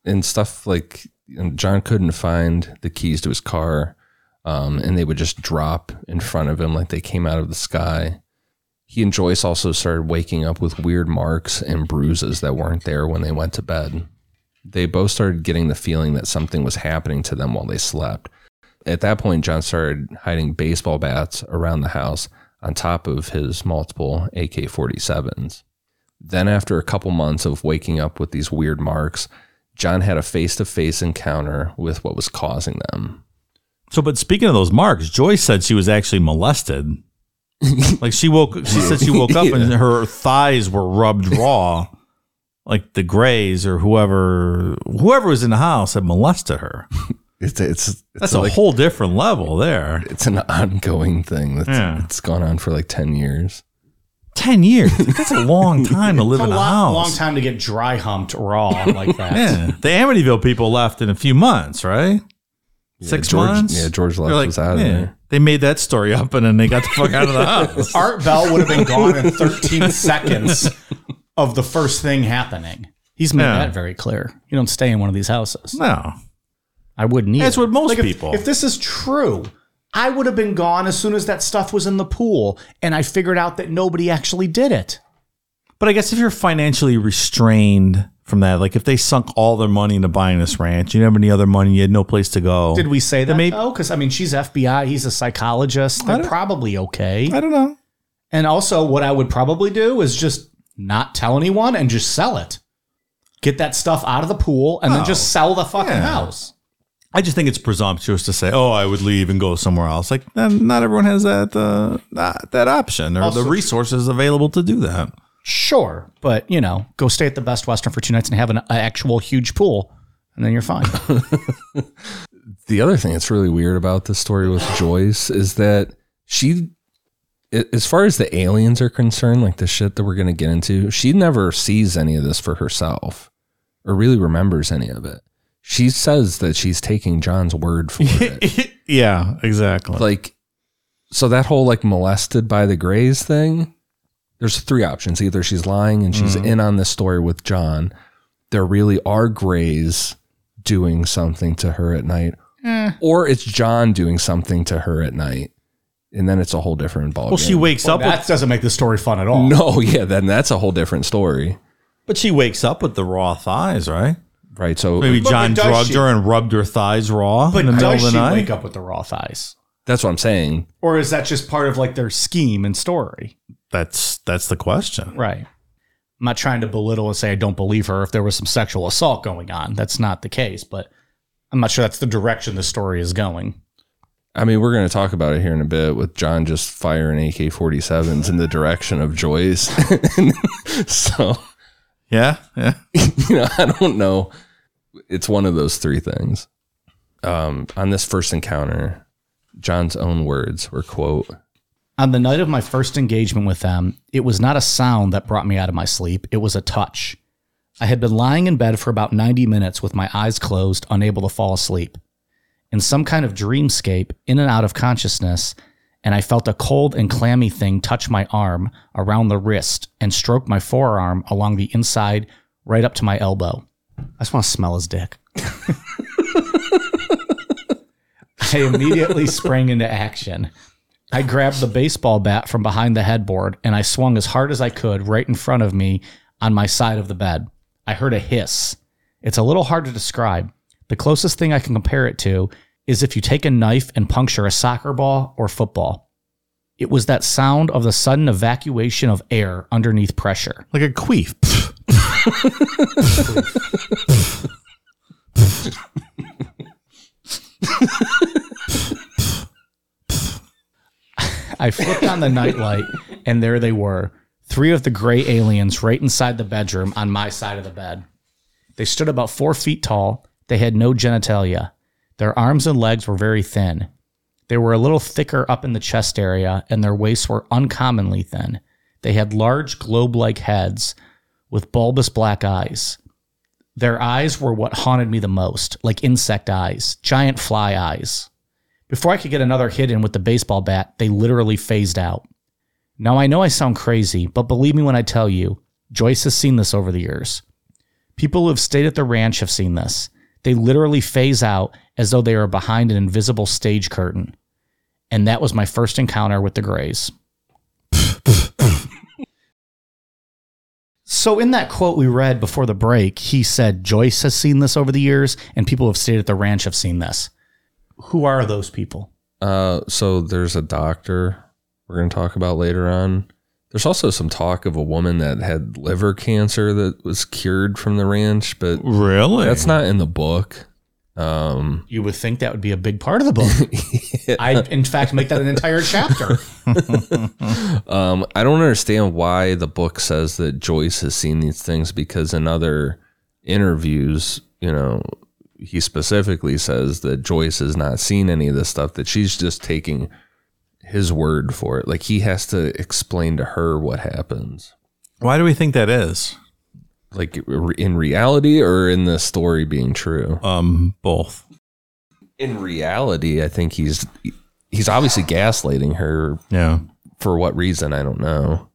B: and stuff like and John couldn't find the keys to his car, um, and they would just drop in front of him like they came out of the sky. He and Joyce also started waking up with weird marks and bruises that weren't there when they went to bed. They both started getting the feeling that something was happening to them while they slept. At that point, John started hiding baseball bats around the house on top of his multiple AK 47s. Then, after a couple months of waking up with these weird marks, John had a face to face encounter with what was causing them.
C: So, but speaking of those marks, Joyce said she was actually molested. like she woke, she said she woke up and her thighs were rubbed raw. like the Grays or whoever whoever was in the house had molested her.
B: It's it's, it's
C: That's a
B: like-
C: whole different level there.
B: it's an ongoing thing that's
C: Yeah.
B: it's gone on for like 10 years.
C: Ten years. That's a long time to live
A: It's a
C: in a
A: lot,
C: house.
A: long time to get dry humped raw like that.
C: Yeah. The Amityville people left in a few months, right? Six
B: George-
C: months?
B: yeah, George
C: They're
B: left was out of there.
C: They made that story up and then they got the fuck out of the house.
A: Art Bell would have been gone in 13 seconds of the first thing happening. He's made
C: Yeah.
A: that very clear. You don't stay in one of these houses.
C: No.
A: I wouldn't either.
C: That's what most
A: if-
C: people-
A: If, this is true, I would have been gone as soon as that stuff was in the pool, and I figured out that nobody actually did it.
C: But I guess if you're financially restrained from that, like if they sunk all their money into buying this ranch, you didn't have any other money, you had no place to go.
A: Did we say that?
C: may-
A: though? because I mean, she's FBI. He's a psychologist. They're
C: don't-
A: probably okay.
C: I don't know.
A: And also, what I would probably do is just not tell anyone and just sell it. Get that stuff out of the pool and
C: Oh,
A: then just sell the fucking
C: yeah.
A: house.
C: I just think it's presumptuous to say, "Oh, I would leave and go somewhere else." Like, n- not everyone has that uh, not that option or
A: Also-
C: the resources available to do that.
A: Sure, but you know, go stay at the Best Western for two nights and have an, an actual huge pool, and then you're fine.
B: The other thing that's really weird about this story with Joyce is that she a- as far as the aliens are concerned, like the shit that we're going to get into, she never sees any of this for herself or really remembers any of it. She says that she's taking John's word for it.
C: yeah, exactly.
B: like so that whole like molested by the grays thing there's three options either she's lying and
C: Mm-hmm.
B: she's in on this story with john there really are grays doing something to her at night or it's john doing something to her at night and then it's a whole different ball
C: well, she wakes up, with,
A: that doesn't make the story fun at all.
B: no yeah then that's a whole different story
C: but she wakes up with the raw thighs, right?
B: right so
C: Maybe
A: but
C: John
A: does
C: drugged
A: she-
C: her and rubbed her thighs raw
A: But
C: in the middle of
A: does
C: the
A: she
C: night.
A: wake up with the raw thighs,
B: that's what i'm saying
A: or is that just part of like their scheme and story?
C: That's that's the question.
A: Right. I'm not trying to belittle and say I don't believe her if there was some sexual assault going on. That's not the case, but I'm not sure that's the direction the story is going.
B: I mean, we're going to talk about it here in a bit with John just firing AK 47s in the direction of Joyce. so,
C: Yeah, yeah.
B: you know, I don't know. It's one of those three things. Um, on this first encounter, John's own words were quote,
A: On the night of my first engagement with them, it was not a sound that brought me out of my sleep, it was a touch. I had been lying in bed for about 90 minutes with my eyes closed, unable to fall asleep. In some kind of dreamscape, in and out of consciousness, and I felt a cold and clammy thing touch my arm around the wrist and stroke my forearm along the inside right up to my elbow. I just want to smell his dick. I immediately sprang into action. I grabbed the baseball bat from behind the headboard and I swung as hard as I could right in front of me on my side of the bed. I heard a hiss. It's a little hard to describe. The closest thing I can compare it to is if you take a knife and puncture a soccer ball or football. It was that sound of the sudden evacuation of air underneath pressure.
C: Like a queef.
A: I flipped on the nightlight, and there they were. Three of the gray aliens right inside the bedroom on my side of the bed. They stood about four feet tall. They had no genitalia. Their arms and legs were very thin. They were a little thicker up in the chest area, and their waists were uncommonly thin. They had large globe like heads with bulbous black eyes. Their eyes were what haunted me the most, like insect eyes, giant fly eyes. Before I could get another hit in with the baseball bat, they literally phased out. Now, I know I sound crazy, but believe me when I tell you, Joyce has seen this over the years. People who have stayed at the ranch have seen this. They literally phase out as though they are behind an invisible stage curtain. And that was my first encounter with the Grays. so, in that quote we read before the break, he said Joyce has seen this over the years, and people who have stayed at the ranch have seen this. Who are those people?
B: uh, so there's a doctor we're going to talk about later on. There's also some talk of a woman that had liver cancer that was cured from the ranch, but
C: Really?
B: that's not in the book. Um,
A: You would think that would be a big part of the book. I, in fact, make that an entire chapter.
B: um, I don't understand why the book says that Joyce has seen these things because in other interviews, you know, he specifically says that Joyce has not seen any of this stuff, that she's just taking his word for it. Like he has to explain to her what happens.
C: Why do we think that is?
B: Like re- in reality or in the story being true?
C: Um, both.
B: In reality, I think he's he's obviously gaslighting her
C: Yeah.
B: for what reason I don't know.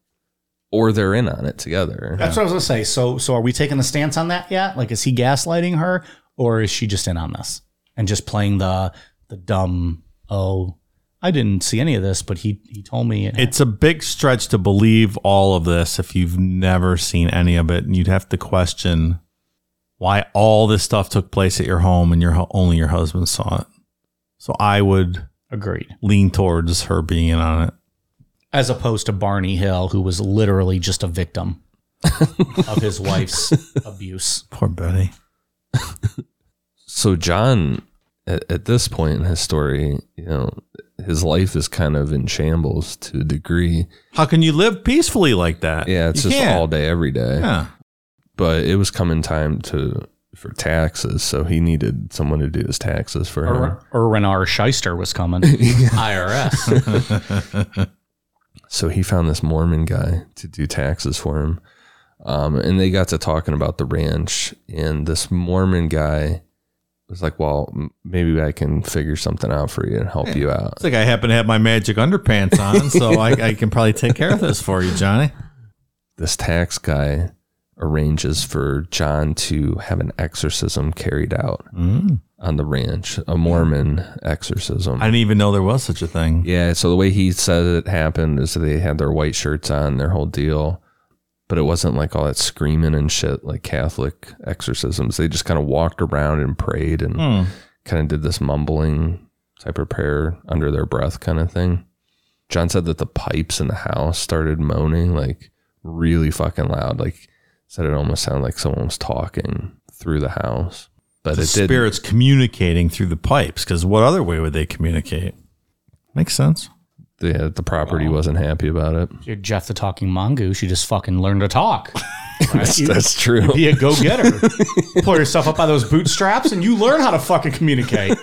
B: Or they're in on it together.
A: That's what I was gonna say. So, so are we taking a stance on that yet? Like, is he gaslighting her, or is she just in on this and just playing the the dumb? Oh, I didn't see any of this, but he he told me it.
C: It's a big stretch to believe all of this if you've never seen any of it, and you'd have to question why all this stuff took place at your home and your hu- only your husband saw it. So I would
A: agreed.
C: lean towards her being in on it.
A: As opposed to Barney Hill, who was literally just a victim of his wife's abuse.
C: Poor Betty.
B: So John at, at this point in his story, you know, his life is kind of in shambles to a degree.
C: How can you live peacefully like that?
B: Yeah, it's
C: You
B: just
C: can't.
B: all day every day.
C: Yeah.
B: But it was coming time to for taxes, so he needed someone to do his taxes for him.
A: Ir- Irwin Er, R. Shyster was coming. IRS.
B: So he found this Mormon guy to do taxes for him. Um, and they got to talking about the ranch. And this Mormon guy was like, Well, m- maybe I can figure something out for you and help you out.
C: It's like I happen to have my magic underpants on, so I, I can probably take care of this for you, Johnny.
B: This tax guy arranges for John to have an exorcism carried out on the ranch, a Mormon exorcism.
C: I didn't even know there was such a thing.
B: Yeah, so the way he said it happened is that they had their white shirts on, their whole deal, but it wasn't like all that screaming and shit like Catholic exorcisms. They just kind of walked around and prayed and
C: Hmm.
B: kind of did this mumbling type of prayer under their breath kind of thing. John said that the pipes in the house started moaning like really fucking loud. Like said it almost sounded like someone was talking through the house. But
C: The
B: it did
C: spirits communicating through the pipes, because what other way would they communicate? Makes sense.
B: the the property wasn't happy about it.
A: Jeff the Talking Mongoose, you just fucking learned to talk. Right? You-
B: That's true.
A: be a go-getter. Pull yourself up by those bootstraps and you learn how to fucking communicate.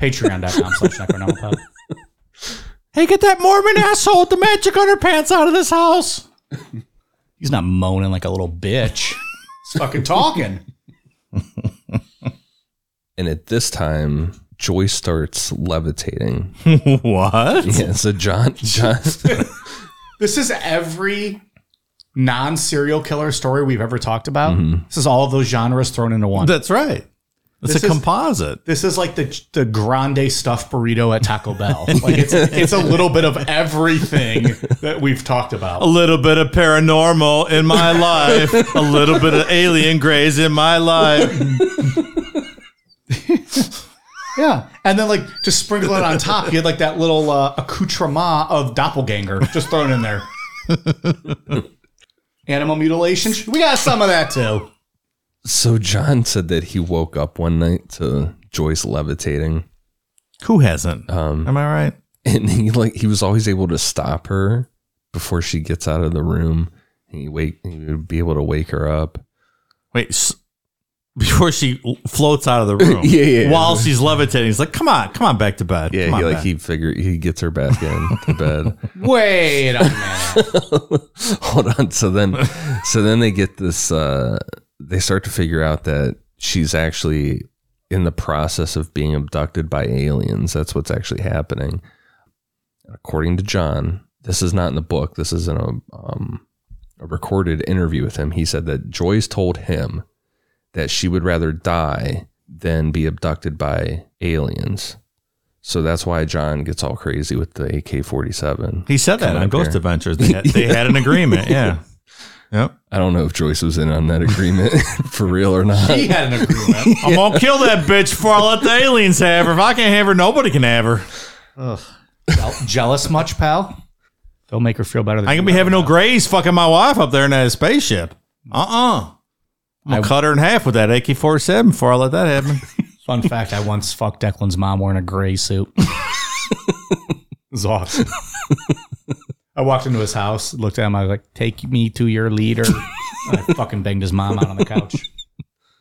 A: Patreon.com slash necronomicon.
C: Hey, get that Mormon asshole with the magic underpants out of this house.
A: He's not moaning like a little bitch. He's fucking talking.
B: And at this time, Joyce starts levitating.
C: what?
B: Yeah, so John, John,
A: This is every non-serial killer story we've ever talked about. This is all of those genres thrown into one.
C: That's right. It's
A: This
C: a
A: is-
C: composite.
A: this is like the the grande stuffed burrito at Taco Bell. Like it's it's a little bit of everything that we've talked
C: A
A: about.
C: little bit of paranormal in my life. a little bit of alien grays in my life.
A: Yeah, and then like just sprinkle it on top. You had like that little uh, accoutrement of doppelganger just thrown in there. Animal mutilation. We got some of that too.
B: so John said that he woke up one night to Joyce levitating,
C: Who hasn't? Am I right?
B: and he like he was always able to stop her before she gets out of the room. He wake he would be able to wake her up.
C: Wait, s- before she l- floats out of the room,
B: Yeah, yeah.
C: while she's levitating, he's like, "Come on, come on, back to bed."
B: Yeah,
C: come on
B: he like
C: back."
B: he figured he gets her back in to bed.
A: Wait a minute.
B: hold on so then so then they get this uh they start to figure out that she's actually in the process of being abducted by aliens that's what's actually happening according to john this is not in the book this is in a um a recorded interview with him he said that joyce told him that she would rather die than be abducted by aliens so that's why john gets all crazy with the ak-47
C: He said that
B: Come
C: on
B: up
C: Ghost
B: here.
C: Adventures. They had, they had an agreement. Yeah. Yep.
B: I don't know if Joyce was in on that agreement for real or not.
A: He had an agreement.
C: I'm gonna kill that bitch before I let the aliens have her. If I can't have her, nobody can have her.
A: Jeal- Jealous much, pal? They'll make her feel better. Than
C: I ain't gonna be having no grays fucking my wife up there in that spaceship. Uh uh-uh. uh. i am gonna cut her in half with that AK 47 before I let that happen. That's
A: Fun fact I once fucked Declan's mom wearing a gray suit. it was awesome. I walked into his house, looked at him, I was like, take me to your leader. and I fucking banged his mom out on the couch.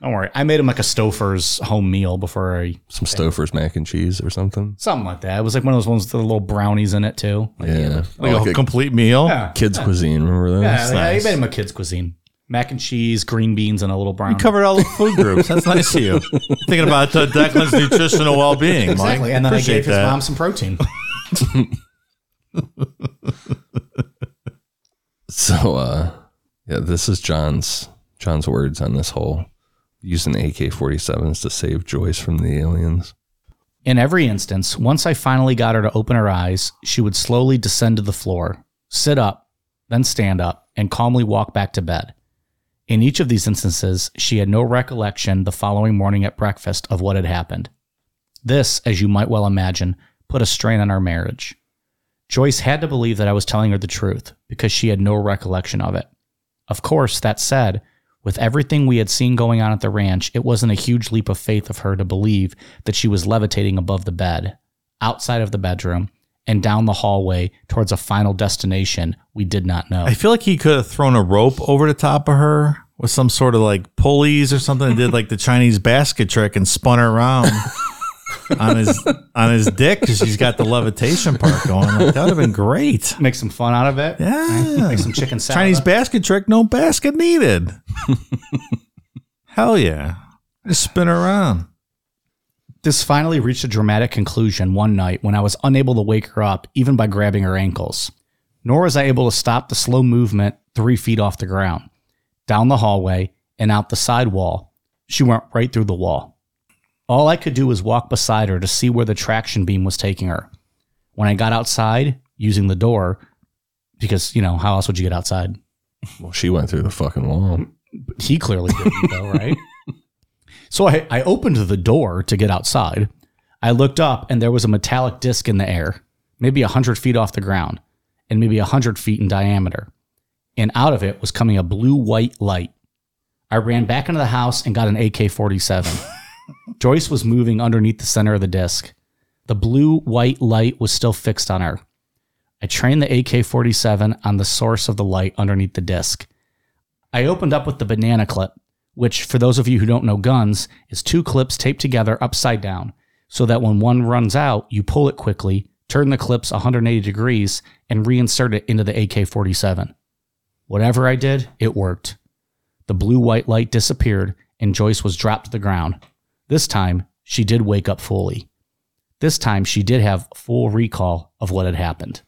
A: Don't worry. I made him like a Stouffer's home meal before I,
B: Some Stouffer's mac and cheese or something.
A: something like that. It was like one of those ones with the little brownies in it too. Like,
B: Yeah.
C: Like a
B: Like a
C: complete meal.
A: Yeah.
B: kids' cuisine. Remember those?
A: Yeah, yeah,
C: nice.
A: he made him a kid's cuisine. Mac and cheese, green beans, and a little brown.
C: You covered all the food groups. That's nice of you. Thinking about uh, Declan's nutritional well being,
A: exactly.
C: Mike.
A: And then I gave
C: Appreciate
A: his
C: that.
A: mom some protein.
B: So uh yeah, this is John's John's words on this whole using AK forty sevens to save Joyce from the aliens.
A: In every instance, once I finally got her to open her eyes, she would slowly descend to the floor, sit up, then stand up, and calmly walk back to bed. In each of these instances, she had no recollection the following morning at breakfast of what had happened. This, as you might well imagine, put a strain on our marriage. Joyce had to believe that I was telling her the truth because she had no recollection of it. Of course, that said, with everything we had seen going on at the ranch, it wasn't a huge leap of faith of her to believe that she was levitating above the bed, outside of the bedroom, and down the hallway towards a final destination we did not know.
C: I feel like he could have thrown a rope over the top of her with some sort of like pulleys or something and did like the Chinese basket trick and spun her around on his on his dick because she's got the levitation part going. Like, that would have been great.
A: Make some fun out of it.
C: Yeah.
A: Make some chicken salad.
C: Chinese basket trick, no basket needed. Hell yeah. Just spin her around.
A: This finally reached a dramatic conclusion one night when I was unable to wake her up, even by grabbing her ankles. Nor was I able to stop the slow movement three feet off the ground, down the hallway, and out the side wall. She went right through the wall. All I could do was walk beside her to see where the traction beam was taking her. When I got outside, using the door, because, you know, how else would you get outside?
B: Well, she went through the fucking wall.
A: Mm-hmm. He clearly didn't, though, right? So I, I opened the door to get outside. I looked up, and there was a metallic disc in the air, maybe 100 feet off the ground, and maybe 100 feet in diameter. And out of it was coming a blue white light. I ran back into the house and got an AK 47. Joyce was moving underneath the center of the disc. The blue white light was still fixed on her. I trained the AK 47 on the source of the light underneath the disc. I opened up with the banana clip, which, for those of you who don't know guns, is two clips taped together upside down, so that when one runs out, you pull it quickly, turn the clips 180 degrees, and reinsert it into the AK 47. Whatever I did, it worked. The blue white light disappeared, and Joyce was dropped to the ground. This time, she did wake up fully. This time, she did have full recall of what had happened.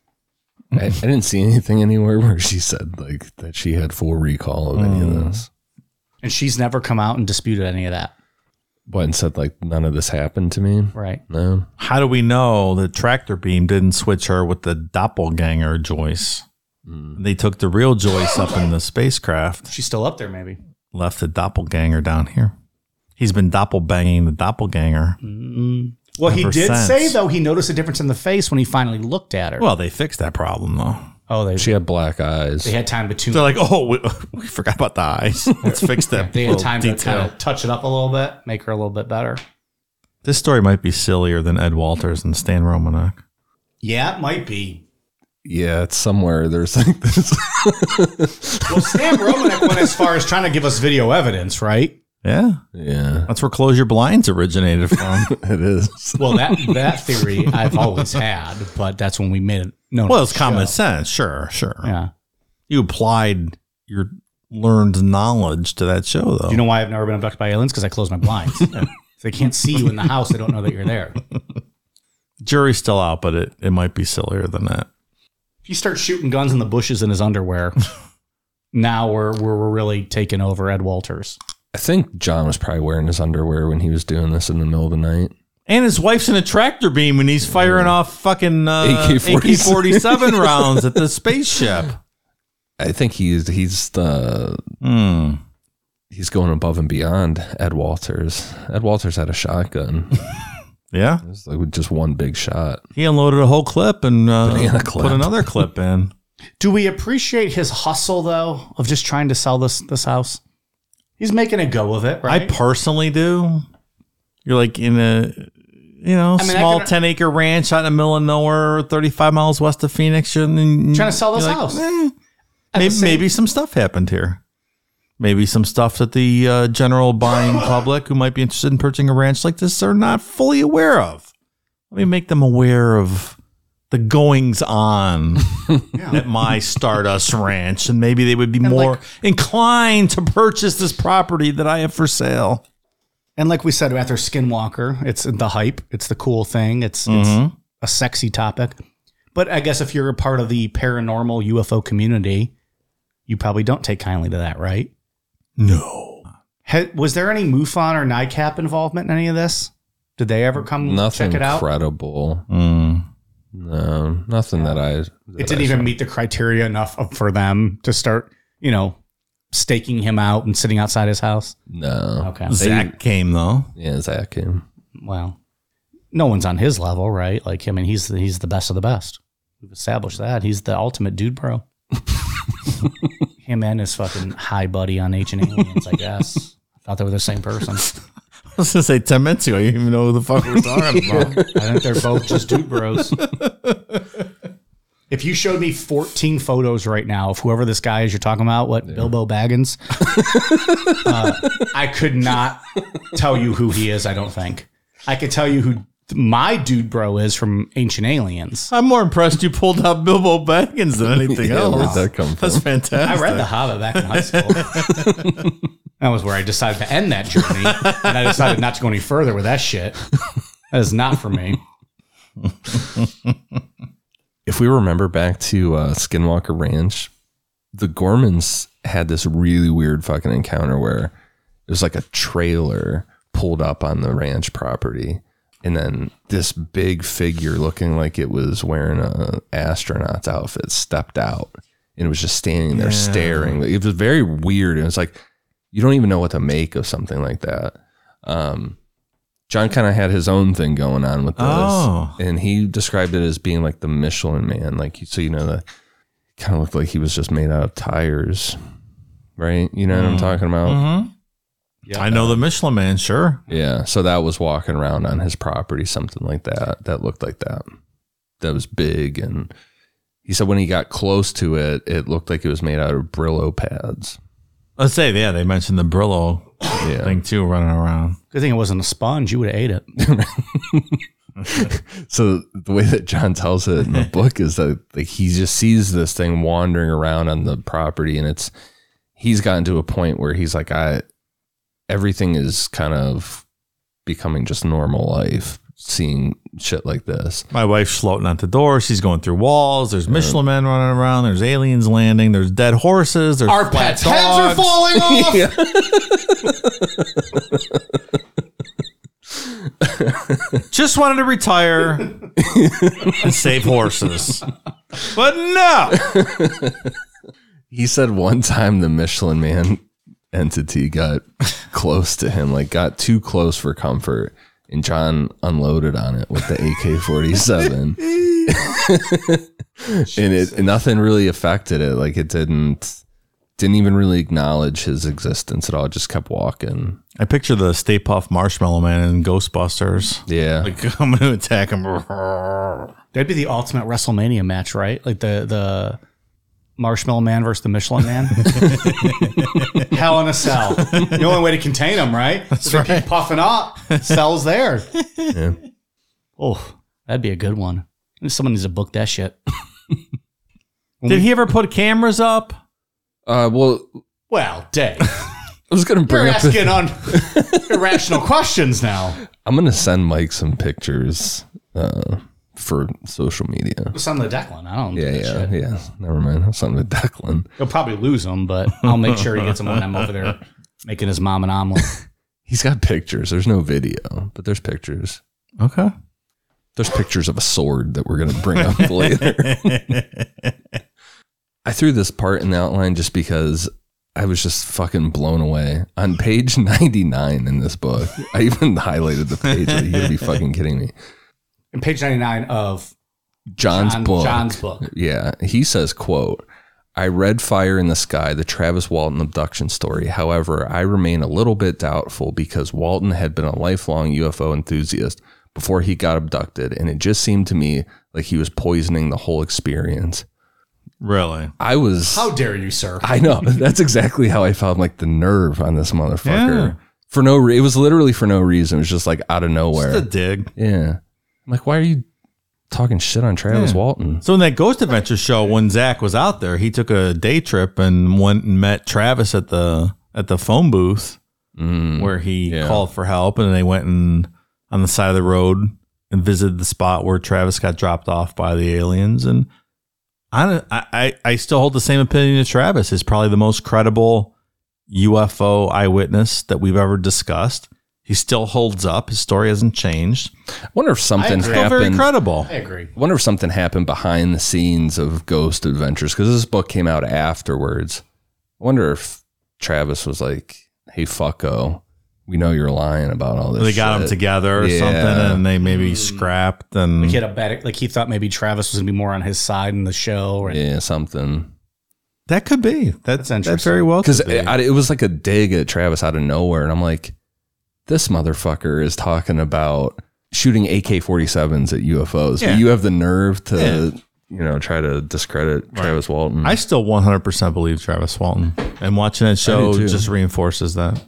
B: I, I didn't see anything anywhere where she said like that she had full recall of any
A: Mm.
B: of this.
A: And she's never come out and disputed any of that.
B: But and said like none of this happened to me.
A: Right.
B: No.
C: How do we know the tractor beam didn't switch her with the doppelganger Joyce?
A: Mm.
C: They took the real Joyce up in the spacecraft,
A: She's still up there, maybe.
C: left the doppelganger down here. He's been doppelbanging the doppelganger.
A: Mm. Well, he
C: ever
A: did
C: since.
A: say though he noticed a difference in the face when he finally looked at her.
C: Well, they fixed that problem though.
A: oh, they
B: She had black eyes.
A: they had time to tune.
C: They're like, oh, we, we forgot about the eyes. Let's fix that.
A: They had
C: little
A: time to
C: detail.
A: kind of touch it up a little bit, make her a little bit better.
C: This story might be sillier than Ed Walters and Stan Romanek.
A: Yeah, it might be.
B: yeah, it's somewhere there's like this
A: Well, Sam Romanek went as far as trying to give us video evidence, right?
C: Yeah,
B: Yeah.
C: that's where Close Your Blinds originated from.
B: It is.
A: Well, that that theory I've always had, but that's when we made it. No,
C: well, it's common sense. Sure, sure.
A: Yeah.
C: You applied your learned knowledge to that show, though.
A: Do you know why I've never been abducted by aliens? Because I close my blinds. If they can't see you in the house, they don't know that you're there.
C: jury's still out, but it, it might be sillier than that.
A: If you start shooting guns in the bushes in his underwear, now we're we're, we're really taking over Ed Walters.
B: I think John was probably wearing his underwear when he was doing this in the middle of the night.
C: And his wife's in a tractor beam and he's firing off fucking uh,
B: AK-47.
C: AK-47 rounds at the spaceship.
B: I think he's he's the
C: Hmm.
B: he's going above and beyond Ed Walters. Ed Walters had a shotgun. it
C: Yeah.
B: was like with just one big shot.
C: He unloaded a whole clip and uh,
B: Banana clip.
C: put another clip in.
A: Do we appreciate his hustle though of just trying to sell this this house? He's making a go of it,
C: I
A: right?
C: personally do. You're like in a you know
A: I mean, I
C: small
A: could-
C: ten acre ranch out in the middle of nowhere, thirty five miles west of Phoenix. You're "Eh, trying
A: Trying to sell this house. At the
C: maybe,
A: same-
C: maybe some stuff happened here. Maybe some stuff that the uh, general buying public who might be interested in purchasing a ranch like this are not fully aware of. Let me make them aware of the goings on at my Stardust Ranch, and maybe they would be more
A: like-
C: inclined to purchase this property that I have for sale.
A: And like we said after Skinwalker, it's the hype, it's the cool thing, it's, it's a sexy topic. But I guess if you're a part of the paranormal UFO community, you probably don't take kindly to that, right?
C: No.
A: Ha- was there any MUFON or NICAP involvement in any of this? Did they ever come
B: Nothing
A: check it out? Mm.
B: credible.
C: Hmm.
B: No, nothing that I. that
A: it
B: I
A: didn't even meet the criteria enough of- for them to start, you know, staking him out and sitting outside his house.
B: No.
A: Okay.
C: Zach came though.
B: Yeah, Zach came.
A: Well, no one's on his level, right? Like, I mean, he's the, he's the best of the best. We've established that he's the ultimate dude, bro. Him and his fucking high buddy on H and Aliens, I guess. I thought they were the same person.
C: I was gonna say ten minutes ago. You didn't even know who the fuck we were talking about.
A: I think they're both just dude bros. If you showed me 14 photos right now of whoever this guy is you're talking about, what Bilbo Baggins, uh, I could not tell you who he is. I don't think I could tell you who my dude bro is from Ancient Aliens.
C: I'm more impressed you pulled out Bilbo Baggins than anything
B: Yeah, where'd
C: else.
B: that come from?
C: That's fantastic.
A: I read The Hobbit back in high school. that was where I decided to end that journey, and I decided not to go any further with that shit. That is not for me.
B: if we remember back to uh, Skinwalker Ranch, the Gormans had this really weird fucking encounter where it was like a trailer pulled up on the ranch property, and then this big figure looking like it was wearing a astronaut's outfit stepped out and was just standing there staring. It was very weird. It was like you don't even know what to make of something like that. Um, John kind of had his own thing going on with this,
C: Oh.
B: and he described it as being like the Michelin Man, like so you know the kind of looked like he was just made out of tires, right? You know what I'm talking about?
C: Mm-hmm.
A: Mm-hmm.
C: I know the Michelin Man, sure.
B: Yeah, so that was walking around on his property, something like that. That looked like that. That was big, and he said when he got close to it, it looked like it was made out of Brillo pads.
C: Let's say, yeah, they mentioned the Brillo
B: Yeah,
C: thing too, running around.
A: Good thing it wasn't a sponge. You would have ate it.
B: so the way that John tells it in the book is that like he just sees this thing wandering around on the property, and it's he's gotten to a point where he's like, I everything is kind of becoming just normal life, seeing shit like this.
C: My wife's floating out the door. She's going through walls. There's Michelin Men running around. There's aliens landing. There's dead horses. There's
A: Our
C: flat
A: pets' heads are
C: dogs.
A: falling off.
C: Just wanted to retire and save horses. But no.
B: He said one time the Michelin Man entity got close to him, like got too close for comfort, and John unloaded on it with the AK forty seven, and it and nothing really affected it. Like it didn't didn't even really acknowledge his existence at all. It just kept walking.
C: I picture the Stay Puff Marshmallow Man in Ghostbusters.
B: Yeah,
C: Like, I'm going to attack him.
A: That'd be the ultimate WrestleMania match, right? Like the the Marshmallow Man versus the Michelin Man. Hell in a cell. The only way to contain them, right? That's they keep puffing up. Cell's there. Oh, that'd be a good one. Someone needs to book that shit.
C: Did he ever put cameras up?
B: uh, well,
A: Well, Dave,
B: I was gonna
A: you're
B: bring up.
A: asking on irrational questions now.
B: I'm gonna send Mike some pictures uh, for social media.
A: It's on the Declan. I don't.
B: Yeah,
A: do that
B: yeah,
A: shit.
B: yeah. Never mind. I'll send it to Declan.
A: He'll probably lose them, but I'll make sure he gets them when I'm over there making his mom an omelet.
B: He's got pictures. There's no video, but there's pictures.
C: Okay.
B: There's pictures of a sword that we're going to bring up later. I threw this part in the outline just because I was just fucking blown away. On page 99 in this book, I even highlighted the page. Like, you gotta be fucking kidding me.
A: And page 99 of
B: John's
A: John-
B: book.
A: John's book.
B: Yeah. He says, quote, I read Fire in the Sky, the Travis Walton abduction story. However, I remain a little bit doubtful because Walton had been a lifelong UFO enthusiast before he got abducted, and it just seemed to me like he was poisoning the whole experience.
C: Really?
B: I was
A: How dare you, sir?
B: I know. That's exactly how I found like the nerve on this motherfucker. For no re- it was literally for no reason. It was just like out of nowhere.
C: Just a dig.
B: yeah. I'm like, why are you talking shit on Travis
C: Yeah.
B: Walton?
C: So in that Ghost Adventure show, when Zach was out there, he took a day trip and went and met Travis at the at the phone booth where he
B: Mm, yeah.
C: called for help, and then they went and on the side of the road and visited the spot where Travis got dropped off by the aliens. And I I I- I still hold the same opinion of Travis. He's probably the most credible UFO eyewitness that we've ever discussed. He still holds up. His story hasn't changed.
B: I wonder if something
A: agree. Still
C: Still very
B: happened.
C: credible.
A: I agree.
B: I wonder if something happened behind the scenes of Ghost Adventures because this book came out afterwards. I wonder if Travis was like, "Hey, fucko, we know you're lying about all this."
C: They got them
B: shit."
C: together or
B: Yeah.
C: something, and they maybe scrapped. And
A: Like he had a bad, like he thought maybe Travis was gonna be more on his side in the show. And
B: Yeah, something.
C: That could be. That's,
A: That's
C: That very well
B: Because
C: could be.
B: it, I- it was like a dig at Travis out of nowhere, and I'm like, "This motherfucker is talking about shooting AK-47s at UFOs.
C: Yeah.
B: But you have the nerve to, you know, try to discredit Travis Walton."
C: I still 100% believe Travis Walton, and watching that show
B: too.
C: just reinforces that.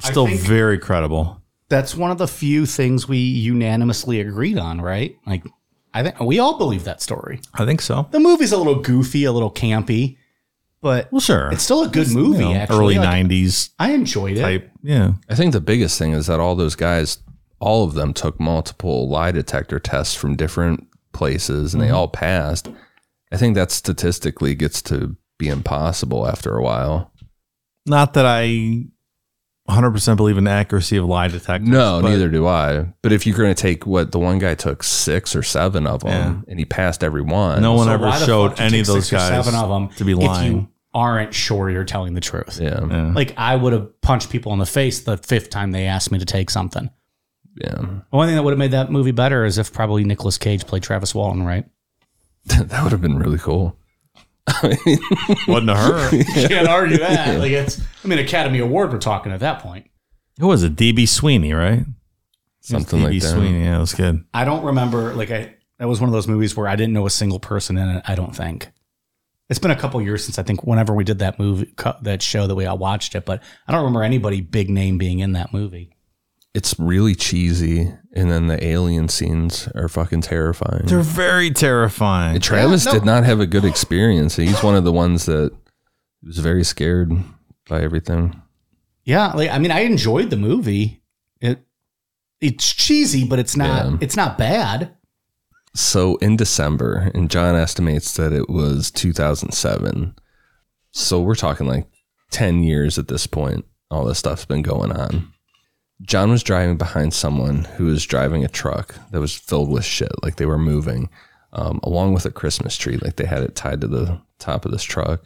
C: Still
A: think-
C: very credible.
A: that's one of the few things we unanimously agreed on, right? Like, I think we all believe that story.
C: I think so.
A: The movie's a little goofy, a little campy, but
C: Well, sure.
A: it's still a good movie.
C: You know,
A: actually,
C: early
A: Like,
C: 90s
A: I enjoyed it.
C: type. Yeah.
B: I think the biggest thing is that all those guys, all of them took multiple lie detector tests from different places
C: Mm-hmm.
B: and they all passed. I think that statistically gets to be impossible after a while.
C: Not that I 100% believe in the accuracy of lie detectors.
B: No,
C: but
B: neither do I. But if you're going to take what the one guy took six or seven of them and he passed every one.
C: No one
A: So
C: ever
A: why the fuck
C: showed
A: you
C: any
A: take
C: of those
A: six or
C: guys
A: seven of them
C: to be
A: If
C: lying.
A: you aren't sure you're telling the truth,
B: Yeah.
A: like I would have punched people in the face the fifth time they asked me to take something.
B: Yeah.
A: The One thing that would have made that movie better is if probably Nicolas Cage played Travis Walton, right?
B: that would have been really cool.
C: Wasn't her.
A: Can't argue that. Like it's, I mean, Academy Award we're talking at that point.
C: Who was it? DB Sweeney, right?
B: Something
C: DB
B: like that.
C: Sweeney. Yeah, that was good.
A: I don't remember. Like I, that was one of those movies where I didn't know a single person in it. I don't think. It's been a couple years since I think whenever we did that movie, co- that show that we all watched it, but I don't remember anybody big name being in that movie.
B: It's really cheesy. And then the alien scenes are fucking terrifying.
C: They're very terrifying.
B: And Travis did not have a good experience. He's one of the ones that was very scared by everything.
A: Yeah, like I mean, I enjoyed the movie. It it's cheesy, but it's not
B: Yeah.
A: it's not bad.
B: So in December, and John estimates that it was 2007. So we're talking like 10 years at this point. All this stuff's been going on. John was driving behind someone who was driving a truck that was filled with shit, like they were moving, um, along with a Christmas tree, like they had it tied to the top of this truck.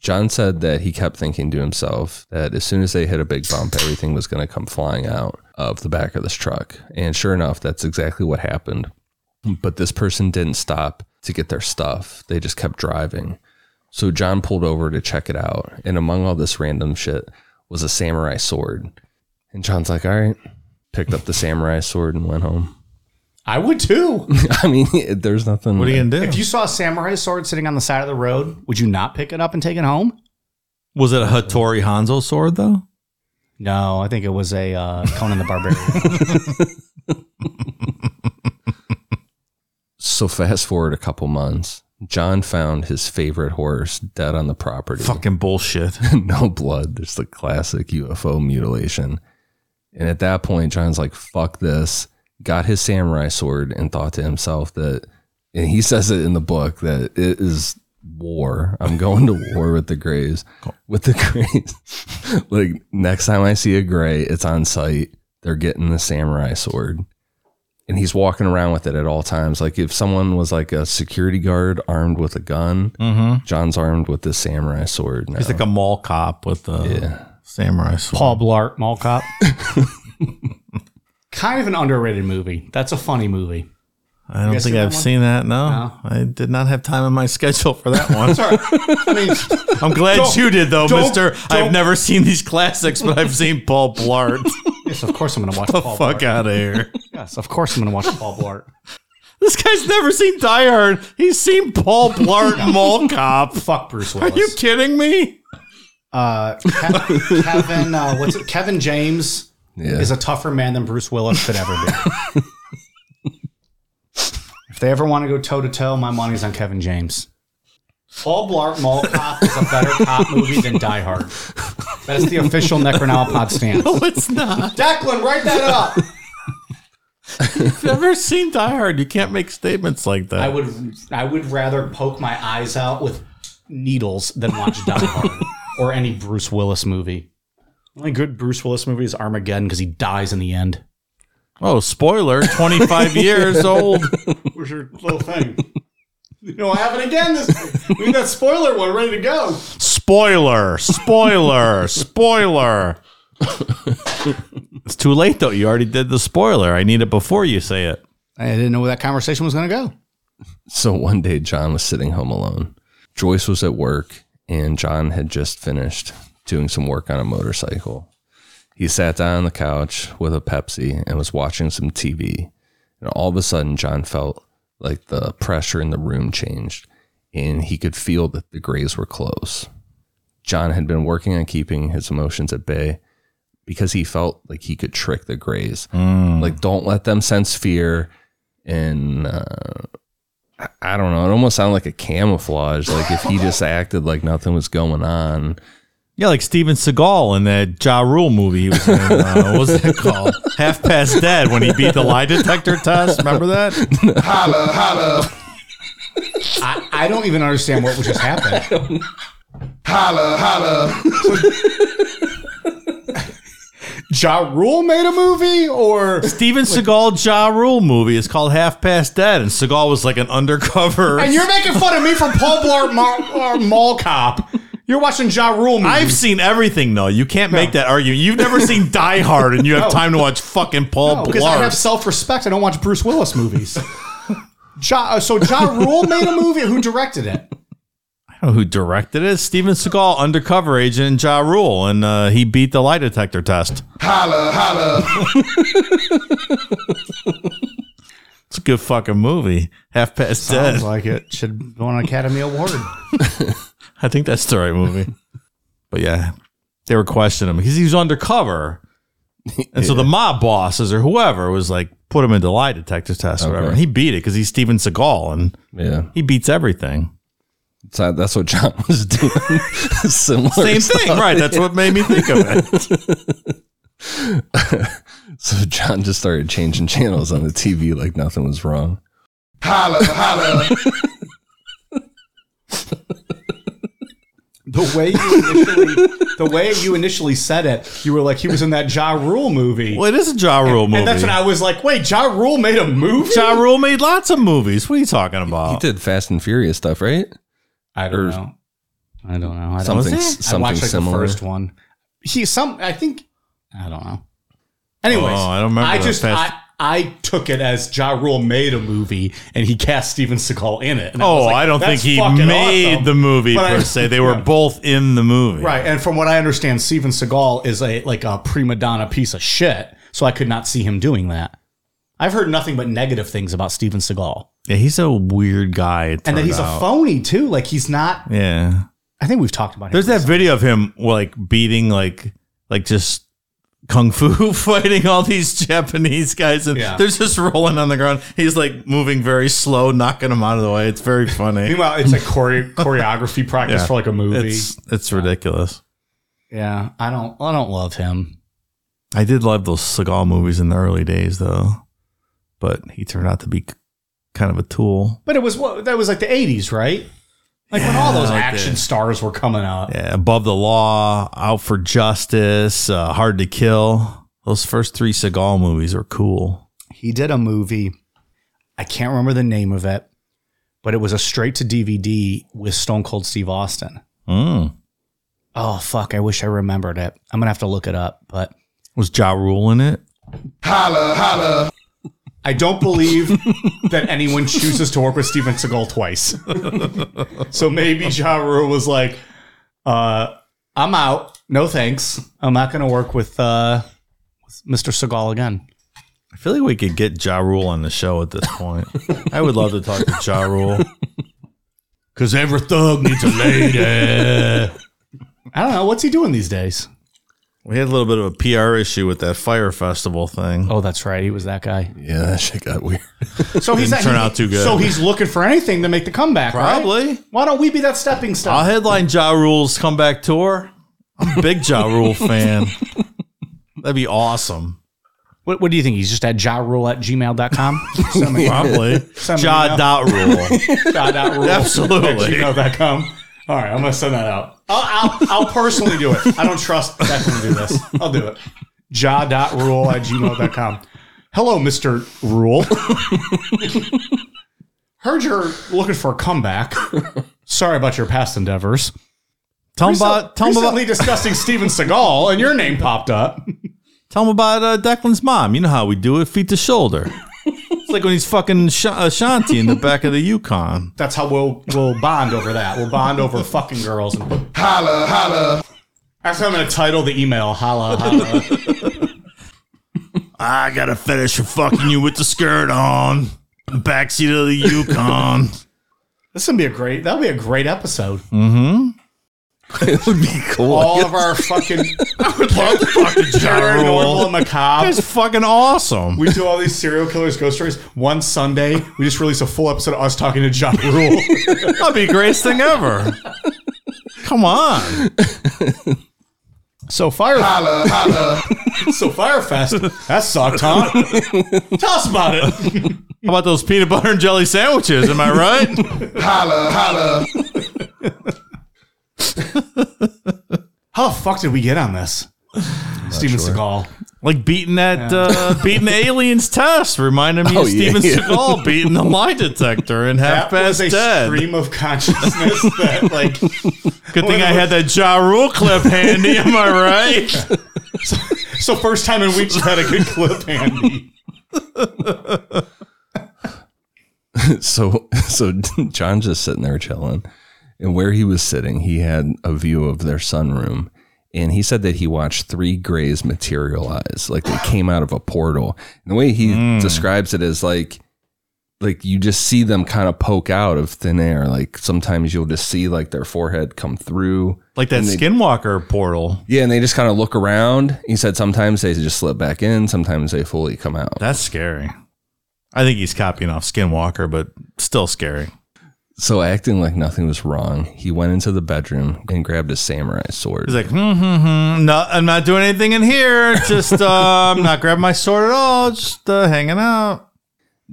B: John said that he kept thinking to himself that as soon as they hit a big bump, everything was going to come flying out of the back of this truck. And sure enough, that's exactly what happened. But this person didn't stop to get their stuff, they just kept driving. So John pulled over to check it out. And among all this random shit was a samurai sword. And John's like, all right, picked up the samurai sword and went home.
A: I would too.
B: I mean, there's nothing.
C: what are you going to do?
A: if you saw a samurai sword sitting on the side of the road, would you not pick it up and take it home?
C: Was it a Hattori Hanzo sword though?
A: No, I think it was a uh, Conan the Barbarian.
B: So fast forward a couple months, John found his favorite horse dead on the property.
C: Fucking bullshit.
B: no blood. There's the classic UFO mutilation. And at that point, John's like, fuck this. Got his samurai sword and thought to himself that, and he says it in the book that it is war. I'm going to war with the Greys. With the Greys. like, next time I see a Gray, it's on site. They're getting the samurai sword. And he's walking around with it at all times. Like, if someone was like a security guard armed with a gun, John's armed with the samurai sword. Now.
C: He's like a mall cop with the samurai sword.
A: Paul Blart, Mall Cop. kind of an underrated movie. That's a funny movie.
C: I don't
A: guys
C: think
A: seen
C: I've
A: that one?
C: seen that. No.
A: No.
C: I did not have time in my schedule for that one.
A: Sorry. I mean,
C: I'm glad
A: Don't-
C: you did, though,
A: don't-
C: Mister. I've
A: don't-
C: never seen these classics, but I've seen Paul Blart.
A: yes, of course I'm going to watch
C: the
A: Paul
C: fuck
A: Blart.
C: out of here!
A: Yes, of course I'm going to watch Paul Blart.
C: This guy's never seen Die Hard. He's seen Paul Blart Mall Cop.
A: Fuck Bruce
C: Are
A: Willis.
C: you kidding me?
A: uh, Ke- Kevin, uh, what's it? Kevin James
B: Yeah.
A: is a tougher man than Bruce Willis could ever be. if they ever want to go toe to toe, my money's on Kevin James. Paul Blart Mall Cop is a better cop movie than Die Hard. That is the official Necronomicon stance.
C: No, it's not.
A: Declan, write that up.
C: I've never seen Die Hard. You can't make statements like that.
A: I would I would rather poke my eyes out with needles than watch Die Hard or any Bruce Willis movie. Only good Bruce Willis movie is Armageddon because he dies in the end.
C: Oh, spoiler! Twenty-five years old.
A: Where's your little thing? You know, I have it again. This we got spoiler one ready to go.
C: Spoiler! Spoiler! spoiler! it's too late though. You already did the spoiler. I need it before you say it.
A: I didn't know where that conversation was going to go.
B: So one day, John was sitting home alone. Joyce was at work, and John had just finished doing some work on a motorcycle. He sat down on the couch with a Pepsi and was watching some TV. And all of a sudden, John felt like the pressure in the room changed, and he could feel that the grays were close. John had been working on keeping his emotions at bay because he felt like he could trick the grays. Like, don't let them sense fear. And uh, I don't know. It almost sounded like a camouflage. Like if he just acted like nothing was going on.
C: Yeah, like Steven Seagal in that Ja Rule movie he was in. Uh, what was that called? Half Past Dead when he beat the lie detector test. Remember that?
A: I, I don't even understand what just happened. Holla, holla. ja Rule made a movie or
C: Steven Seagal Ja Rule movie is called Half Past Dead, and Seagal was like an undercover.
A: And you're making fun of me for Paul Blart Mall, uh, Mall Cop. You're watching Ja Rule movies.
C: I've seen everything though. You can't make that argument. You've never seen Die Hard, and you have
A: No.
C: time to watch fucking Paul
A: No, because I have
C: Blart.
A: self respect. I don't watch Bruce Willis movies. ja, uh, so Ja Rule made a movie. Who directed it?
C: I don't know who directed it. Steven Seagal, undercover agent Ja Rule, and uh, he beat the lie detector test. Holla, holla. it's a good fucking movie. Half past dead.
A: Sounds like it should win an Academy Award.
C: I think that's the right movie. but yeah, they were questioning him because he was undercover. And so the mob bosses or whoever was like, put him into lie detector test or whatever.
B: Okay.
C: And he beat it because he's Steven Seagal and
B: Yeah.
C: he beats everything.
B: So that's what John was doing. Similar
C: Same
B: stuff.
C: thing, right? That's what made me think of it.
B: So John just started changing channels on the TV like nothing was wrong.
A: The way you initially, the way you initially said it, you were like he was in that Ja Rule movie.
C: Well, it is a Ja Rule movie.
A: And that's when I was like, wait, Ja Rule made a movie?
C: Ja Rule made lots of movies. What are you talking about?
B: He did Fast and Furious stuff, right?
A: I
B: Or-
A: don't know. I don't know. I don't
B: Something
A: know.
B: something
A: I watched like
B: similar.
A: the first one. He some I think I don't know. Anyways,
C: Oh, I don't remember
A: I
C: that
A: just
C: fast-
A: I, I took it as Ja Rule made a movie and he cast Steven Seagal in it. And
C: Oh,
A: was like,
C: I don't think
A: "That's
C: he
A: fucking
C: made
A: awesome."
C: the movie
A: But I-
C: per se. They were both in the movie.
A: Right, and from what I understand, Steven Seagal is a like a prima donna piece of shit. So I could not see him doing that. I've heard nothing but negative things about Steven Seagal,
C: Yeah, he's a weird guy. it
A: and that
C: turned
A: he's
C: out.
A: a phony too. Like he's not.
C: Yeah.
A: I think we've talked about him.
C: There's that video of him like beating like like just kung fu fighting all these Japanese guys and
A: Yeah.
C: they're just rolling on the ground. He's like moving very slow, knocking them out of the way. It's very funny.
A: Meanwhile, it's a chore- choreography practice
C: Yeah.
A: for like a movie.
C: It's it's ridiculous.
A: yeah, I don't, I don't love him.
C: I did love those Seagal movies in the early days though. But he turned out to be k- kind of a tool.
A: But it was what that was like the '80s, right? Like when all those
C: like
A: action
C: the-
A: stars were coming out.
C: Yeah, above the law, out for justice, uh, hard to kill. Those first three Seagal movies are cool.
A: He did a movie. I can't remember the name of it, but it was a straight to DVD with Stone Cold Steve Austin.
C: Mm.
A: Oh fuck! I wish I remembered it. I'm gonna have to look it up, but
C: Was Ja Rule in it?
A: I I don't believe that anyone chooses to work with Steven Seagal twice. so maybe Ja Rule was like, uh, I'm out. No thanks. I'm not going to work with, uh, with Mr. Seagal again.
C: I feel like we could get Ja Rule on the show at this point. I would love to talk to Ja Rule. Because every thug needs a lady.
A: I don't know. What's he doing these days?
C: we had a little bit of a PR issue with that fire festival thing.
A: Oh, that's right. He was that guy.
B: Yeah, that shit got weird.
A: So he's
C: Didn't
A: not-
C: turn out too good.
A: So he's looking for anything to make the comeback. right?
C: Probably.
A: Why don't we be that stepping stone?
C: I'll headline Ja Rule's comeback tour. I'm a big Ja Rule fan. That'd be awesome.
A: What, what do you think? He's just at jawrule at gmail.com? Send me-
C: Probably.
A: Send me
C: Ja
A: now.
C: dot Rule.
A: Dot dot rule
C: Absolutely.
A: at gmail.com. All right, I'm going to send that out. I'll, I'll, I'll personally do it. I don't trust that to do this. I'll do it. Ja dot rule at gmail.com. Hello, Mr. Rule. Heard you're looking for a comeback. Sorry about your past endeavors.
C: Tell him
A: Recent-
C: about, tell him
A: recently
C: about,
A: discussing Steven Seagal, and your name popped up.
C: tell him about uh, Declan's mom. You know how we do it feet to shoulder. It's like when he's fucking Sh- Ashanti in the back of the Yukon.
A: That's how we'll we'll bond over that. We'll bond over fucking girls and holla holla. Actually, I'm gonna title the email holla holla.
C: I got a fetish for fucking you with the skirt on. Backseat of the Yukon.
A: this would be a great. That'll be a great episode.
B: it would be cool.
A: All of our fucking
C: fucking Ja
A: paranormal and
C: Rule.
A: macabre.
C: That's fucking awesome.
A: We do all these serial killers ghost stories. One Sunday, we just release a full episode of us talking to John Rule.
C: That'd be the greatest thing ever. Come on.
A: So fire, so Firefest. That sucked, huh? Tell us about it.
C: How about those peanut butter and jelly sandwiches? Am I right?
A: How the fuck did we get on this? Steven
B: sure.
A: Seagal.
C: Like beating that, uh, beating the aliens test reminded me
B: Oh,
C: of
B: yeah,
C: Steven
B: yeah.
C: Seagal beating the lie detector in Half
A: That was
C: Past
A: a
C: Dead.
A: stream of consciousness that, like,
C: Good thing I had that Ja Rule clip handy. Am I right?
A: So first time in weeks you've had a good clip handy.
B: so so John's just sitting there chilling, and where he was sitting, he had a view of their sunroom, and he said that he watched three grays materialize, like they came out of a portal. And the way he describes it is like like you just see them kind of poke out of thin air. Like sometimes you'll just see like their forehead come through.
C: Like that Skinwalker portal.
B: Yeah, and they just kind of look around. He said sometimes they just slip back in, sometimes they fully come out.
C: That's scary. I think he's copying off Skinwalker, but still scary.
B: So acting like nothing was wrong, he went into the bedroom and grabbed his samurai sword.
C: He's like, hmm, hmm, hmm. no, I'm not doing anything in here. Just, uh, I'm not grabbing my sword at all. Just uh, hanging out.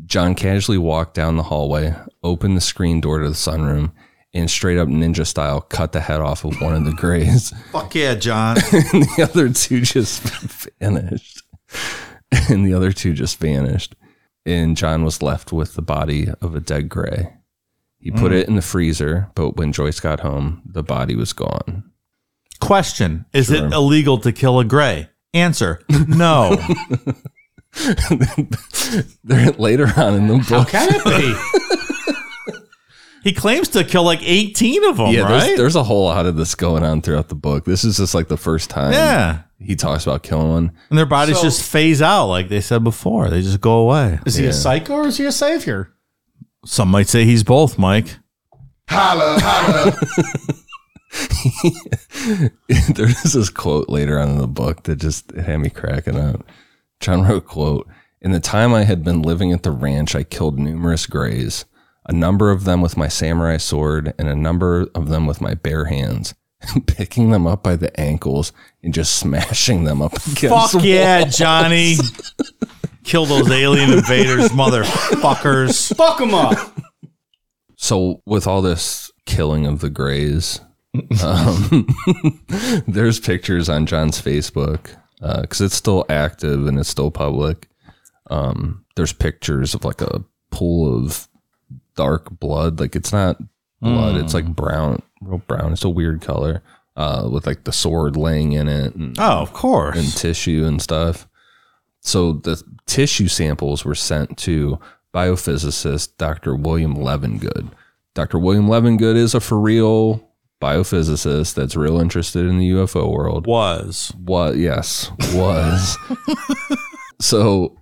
B: John casually walked down the hallway, opened the screen door to the sunroom, and straight up ninja style cut the head off of one of the grays.
C: Fuck yeah, John.
B: and the other two just vanished. And the other two just vanished. And John was left with the body of a dead gray. He put it in the freezer, but when Joyce got home, the body was gone.
C: Question: Is it illegal to kill a gray? Answer: No.
B: There- Later on in the book,
A: Can it be?
C: he claims to kill like 18 of them,
B: yeah,
C: right?
B: there's, there's a whole lot of this going on throughout the book. This is just like the first time
C: yeah,
B: he talks about killing one.
C: and their bodies
A: So-
C: just phase out, like they said before. They just go away.
A: Is he a psycho or is he a savior?
C: Some might say he's both, Mike.
B: there's this quote later on in the book that just it had me cracking up. John wrote quote, In the time I had been living at the ranch, I killed numerous grays, a number of them with my samurai sword and a number of them with my bare hands, picking them up by the ankles and just smashing them up against
C: Fuck yeah, Johnny. Kill those alien invaders, motherfuckers.
A: Fuck him up.
B: So with all this killing of the Greys, um, there's pictures on John's Facebook because it's still active and it's still public. Um, there's pictures of like a pool of dark blood. Like it's not blood; it's like brown, real brown. It's a weird color uh, with like the sword laying in it and
C: Oh, of course.
B: tissue and stuff. So the tissue samples were sent to biophysicist Dr. William Levengood. Dr. William Levengood is a for real biophysicist that's real interested in the UFO world.
C: Was
B: What? Yes, was. so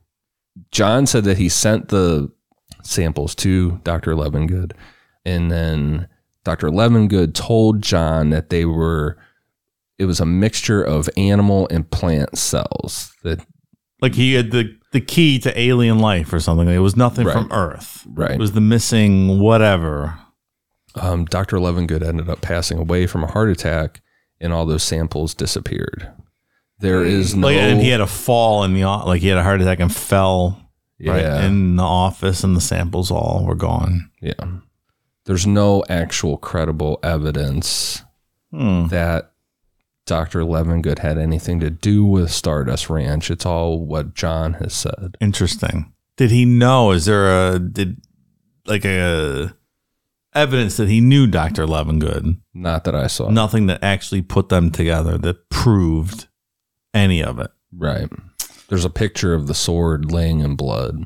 B: John said that he sent the samples to Dr. Levengood, and then Dr. Levengood told John that they were. It was a mixture of animal and plant cells that
C: like he had the the key to alien life or something. It was nothing from Earth.
B: Right.
C: It was the missing whatever.
B: um, Dr. Levengood ended up passing away from a heart attack, and all those samples disappeared. There is no
C: Like, and he had a fall in the o- like he had a heart attack and fell right
B: Yeah.
C: in the office, and the samples all were gone.
B: Yeah. There's no actual credible evidence
C: Hmm.
B: that Dr. Levengood had anything to do with Stardust Ranch. It's all what John has said.
C: Interesting. Did he know? Is there a did like a evidence that he knew Doctor Levengood?
B: Not that I saw.
C: Nothing that actually put them together that proved any of it.
B: Right. There's a picture of the sword laying in blood.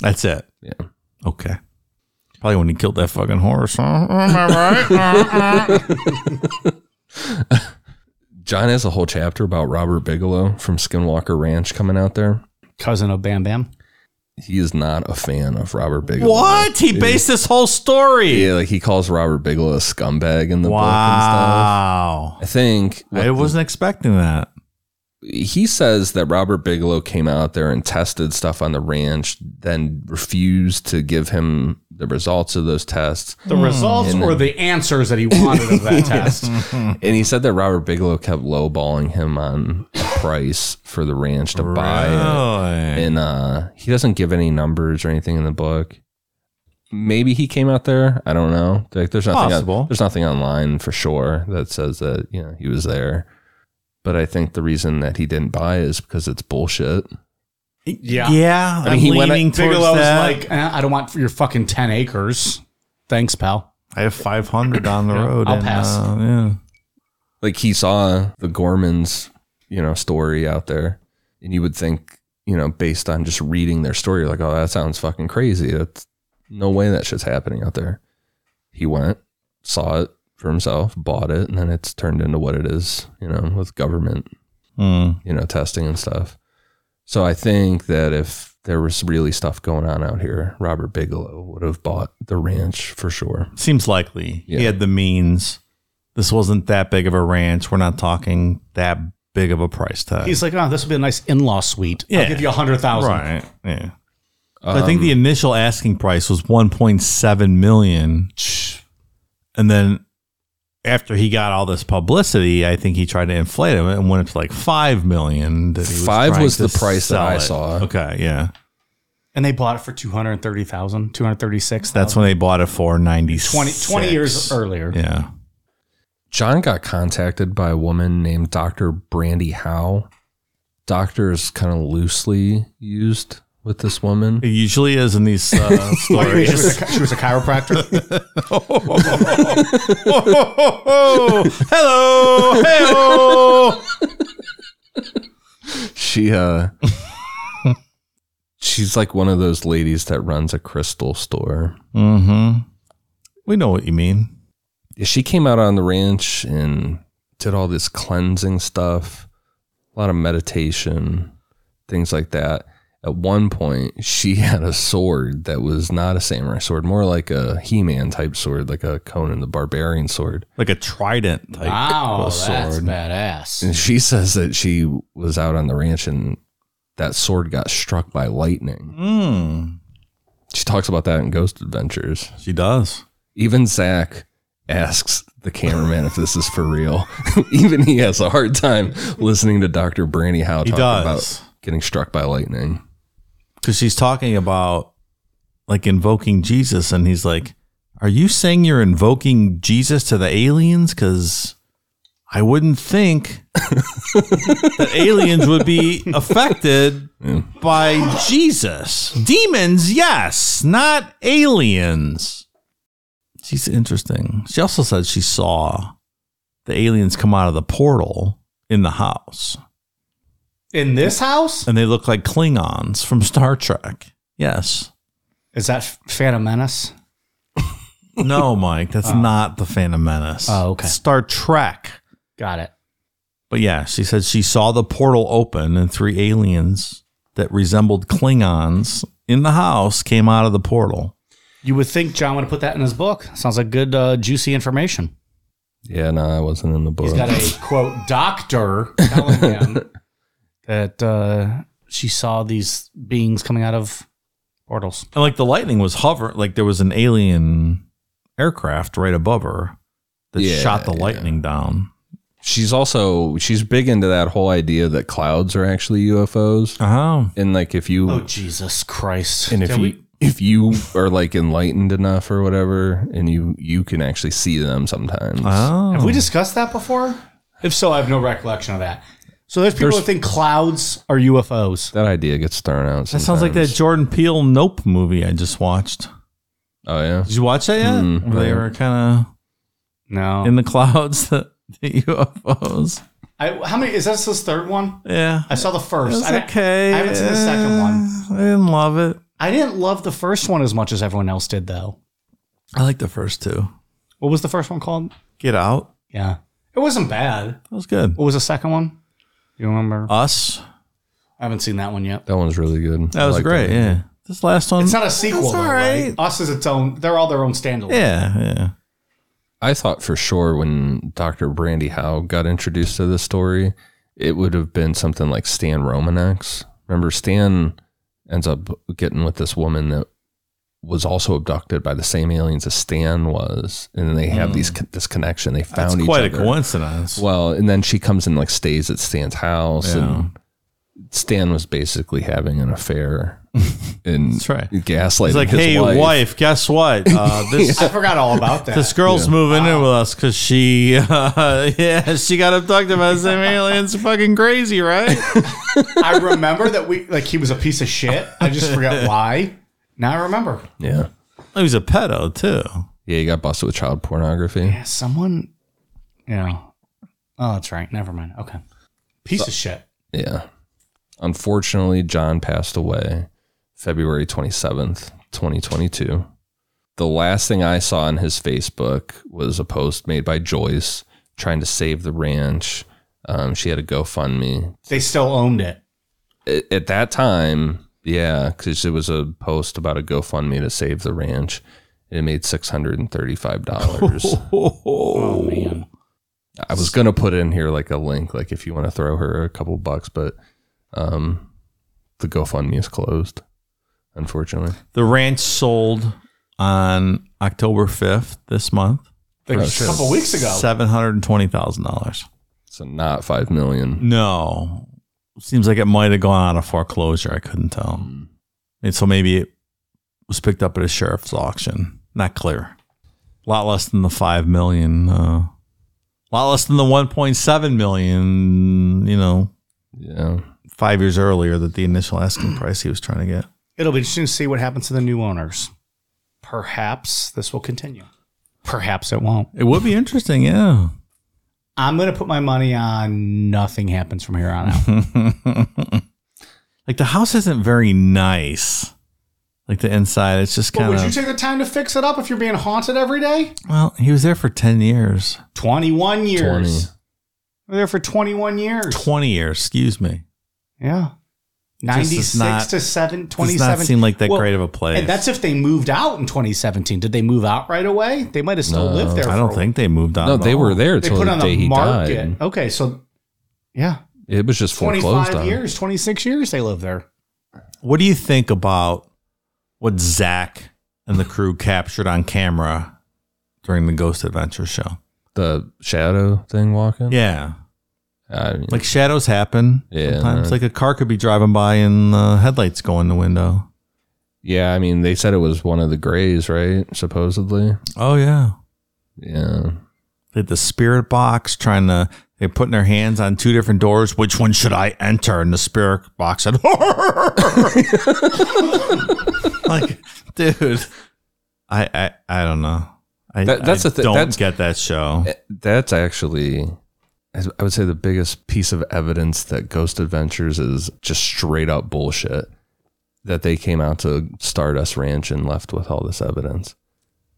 C: That's it.
B: Yeah.
C: Okay. Probably when he killed that fucking horse. huh?
B: John has a whole chapter about Robert Bigelow from Skinwalker Ranch coming out there.
A: Cousin of Bam Bam.
B: He is not a fan of Robert Bigelow.
C: What? He based this whole story.
B: Yeah, like he calls Robert Bigelow a scumbag in the
C: Wow.
B: book and stuff. I think what
C: I wasn't expecting that.
B: he says that Robert Bigelow came out there and tested stuff on the ranch, then refused to give him the results of those tests.
A: The results were the answers that he wanted of that test.
C: Mm-hmm.
B: And he said that Robert Bigelow kept lowballing him on the price for the ranch to buy it.
C: Really?
B: And uh, he doesn't give any numbers or anything in the book. Maybe he came out there. I don't know. Like, there's nothing.
C: Possible.
B: there's nothing online for sure that says that you know he was there. But I think the reason that he didn't buy is because it's bullshit.
A: Yeah.
C: Yeah.
B: mean,
C: I'm
B: he went-
C: leaning towards
A: Bigelow's
C: that.
A: like, eh, I don't want your fucking 10 acres. Thanks, pal.
C: I have 500 down the
A: Yeah,
C: road.
A: I'll pass.
C: uh, yeah.
B: like he saw the Gorman's, you know, story out there, and you would think, you know, based on just reading their story, you're like, oh, that sounds fucking crazy. That's no way that shit's happening out there. He went, saw it for himself, bought it, and then it's turned into what it is, you know, with government,
C: Hmm.
B: you know, testing and stuff. So I think that if there was really stuff going on out here, Robert Bigelow would have bought the ranch for sure.
C: Seems likely. He
B: Yeah.
C: had the means. This wasn't that big of a ranch. We're not talking that big of a price tag.
A: He's like, oh, this would be a nice in law suite.
C: Yeah.
A: I'll give you a 100000
C: right. Yeah. I think
B: Um,
C: the initial asking price was 1.7 million. And then after he got all this publicity, I think he tried to inflate it and went up to like 5 million. that he
B: Five
C: trying
B: was
C: to
B: the price that
C: sell
B: I saw.
C: it. Okay, yeah.
A: And they bought it for 230000 236000
C: That's when they bought it for 90
A: 20, 20 years earlier.
C: Yeah.
B: John got contacted by a woman named Dr. Brandy Howe. Doctor is kind of loosely used with this woman.
C: It usually is in these uh,
A: She
C: stories.
A: was, a, she was a chiropractor.
C: Hello. Hello.
B: She uh she's like one of those ladies that runs a crystal store.
C: mm-hmm. We know what you mean.
B: She came out on the ranch and did all this cleansing stuff, a lot of meditation, things like that. At one point, she had a sword that was not a samurai sword, more like a He-Man type sword, like a Conan the Barbarian sword.
C: Like a trident type.
A: wow,
C: little
A: that's
C: sword.
A: badass.
B: And she says that she was out on the ranch and that sword got struck by lightning.
C: Mm,
B: She talks about that in Ghost Adventures.
C: she does.
B: Even Zach asks the cameraman if this is for real. Even he has a hard time listening to Dr. Brandy Howe
C: He
B: talk
C: does.
B: about getting struck by lightning.
C: Because she's talking about like invoking Jesus, and he's like, Are you saying you're invoking Jesus to the aliens? Because I wouldn't think that aliens would be affected by Jesus. Demons, yes, not aliens. She's interesting. She also said she saw the aliens come out of the portal in the house.
A: in this house?
C: and they look like Klingons from Star Trek. Yes.
A: Is that Phantom Menace?
C: No, Mike, that's not the Phantom Menace.
A: Oh, okay.
C: Star Trek.
A: Got it.
C: But yeah, she said she saw the portal open and three aliens that resembled Klingons in the house came out of the portal.
A: You would think John would have put that in his book. Sounds like good, uh, juicy information.
B: Yeah, no, I wasn't in the book.
A: He's got a quote doctor telling him that uh, she saw these beings coming out of portals.
C: And like the lightning was hovering, like there was an alien aircraft right above her that
B: Yeah,
C: shot the
B: yeah.
C: lightning down.
B: she's also she's big into that whole idea that clouds are actually UFOs.
C: Oh.
B: And like if you
A: Oh Jesus Christ!
B: and if
A: Can
B: you
A: we-
B: if you are like enlightened enough or whatever, and you you can actually see them sometimes.
C: Oh.
A: have we discussed that before? If so, I have no recollection of that. So there's people that think clouds are UFOs.
B: That idea gets thrown out.
C: that sounds like that
B: sometimes.
C: Jordan Peele Nope movie I just watched.
B: Oh yeah.
C: Did you watch that yet?
B: Mm.
C: Where they were kind
A: No.
C: of in the clouds, the, the UFOs.
A: I, how many? Is this his third one?
C: Yeah.
A: I saw the
C: It
A: first.
C: was
A: I,
C: okay.
A: I haven't seen the second one.
C: I didn't love it.
A: I didn't love the first one as much as everyone else did, though.
C: I like the first two.
A: What was the first one called?
C: Get Out.
A: Yeah, it wasn't bad.
C: That was good.
A: What was the second one? You remember?
C: Us.
A: I haven't seen that one yet.
B: That one's really good.
C: That
B: I
C: was
B: like
C: great.
B: one.
C: yeah. This last one.
A: It's not a sequel,
C: It's
A: though,
C: all right.
A: right? Us is its own. They're all their own standalone.
C: Yeah. Yeah.
B: I thought for sure when Dr. Brandy Howe got introduced to this story, it would have been something like Stan Romanex. Remember, Stan ends up getting with this woman that was also abducted by the same aliens as Stan was, and then they have these this connection. They found
C: Hmm. That's
B: each
C: quite a
B: other.
C: coincidence.
B: Well, and then she comes and like stays at Stan's house, and Stan was basically having an affair and
C: That's right.
B: gaslighting.
C: He's like,
B: his
C: hey, wife. guess what? Uh, this
A: I forgot all about that.
C: this girl's moving in with us because she, uh, yeah, she got abducted by the same aliens. Fucking crazy, right?
A: I remember that we like he was a piece of shit. I just forgot why. Now I remember.
B: yeah,
C: He was a pedo too.
B: yeah, you got busted with child pornography.
A: Yeah, someone. You know. Oh, that's right. Never mind. Okay. Piece of shit.
B: Yeah. Unfortunately, John passed away February 27th, 2022. The last thing I saw on his Facebook was a post made by Joyce trying to save the ranch. Um, she had a GoFundMe.
A: They still owned it.
B: A- at that time, yeah, because it was a post about a GoFundMe to save the ranch. It made $635.
A: Oh man.
B: I was gonna put in here like a link, like if you want to throw her a couple bucks, but um, the GoFundMe is closed, unfortunately.
C: The ranch sold on October fifth this month.
A: Like a couple weeks ago.
C: Seven hundred and twenty thousand dollars.
B: So not five million.
C: No, seems like it might have gone out of foreclosure. I couldn't tell. And so maybe it was picked up at a sheriff's auction. Not clear. A lot less than the five million. Uh, a lot less than the one point seven million. You know,
B: Yeah,
C: five years earlier that the initial asking price he was trying to get.
A: It'll be interesting to see what happens to the new owners. Perhaps this will continue. Perhaps it won't.
C: It would be interesting. Yeah.
A: I'm gonna put my money on nothing happens from here on out.
C: Like the house isn't very nice. Like the inside, it's just
A: But
C: kind
A: would you
C: of.
A: take the time to fix it up if you're being haunted every day?
C: well, he was there for ten years,
A: 21
B: twenty.
A: years. We're there for 21 years.
C: twenty years. Excuse me.
A: yeah.
C: just does
A: 96
C: not-
A: to 7,
C: Does
A: 27.
C: not seem like that great of a place.
A: And that's if they moved out in 2017. Did they move out right away? They might have still
B: No.
A: lived there.
C: I
A: for
C: don't
A: a-
C: think they moved on.
B: No,
C: at
B: they
C: all.
B: were there
A: They
B: till
A: put
B: the
A: on
B: day
A: the
B: he
A: market.
B: died.
A: Okay, so yeah,
B: It was just foreclosed
A: 25
B: on.
A: years, 26 years they lived there.
C: What do you think about what Zach and the crew captured on camera during the Ghost Adventure show?
B: The shadow thing walking.
C: Yeah,
B: I mean,
C: like shadows happen.
B: Yeah.
C: sometimes like a car could be driving by and the headlights go in the window.
B: yeah. I mean, they said it was one of the Greys, right? Supposedly.
C: Oh yeah.
B: Yeah.
C: They had the spirit box trying to they're putting their hands on two different doors. Which one should I enter? And the spirit box said, like, dude, I, I I don't know. I,
B: That- that's
C: I
B: the thi-
C: don't
B: Eh, that's-
C: get that show.
B: That's actually I I would say the biggest piece of evidence that Ghost Adventures is just straight up bullshit that they came out to Stardust Ranch and left with all this evidence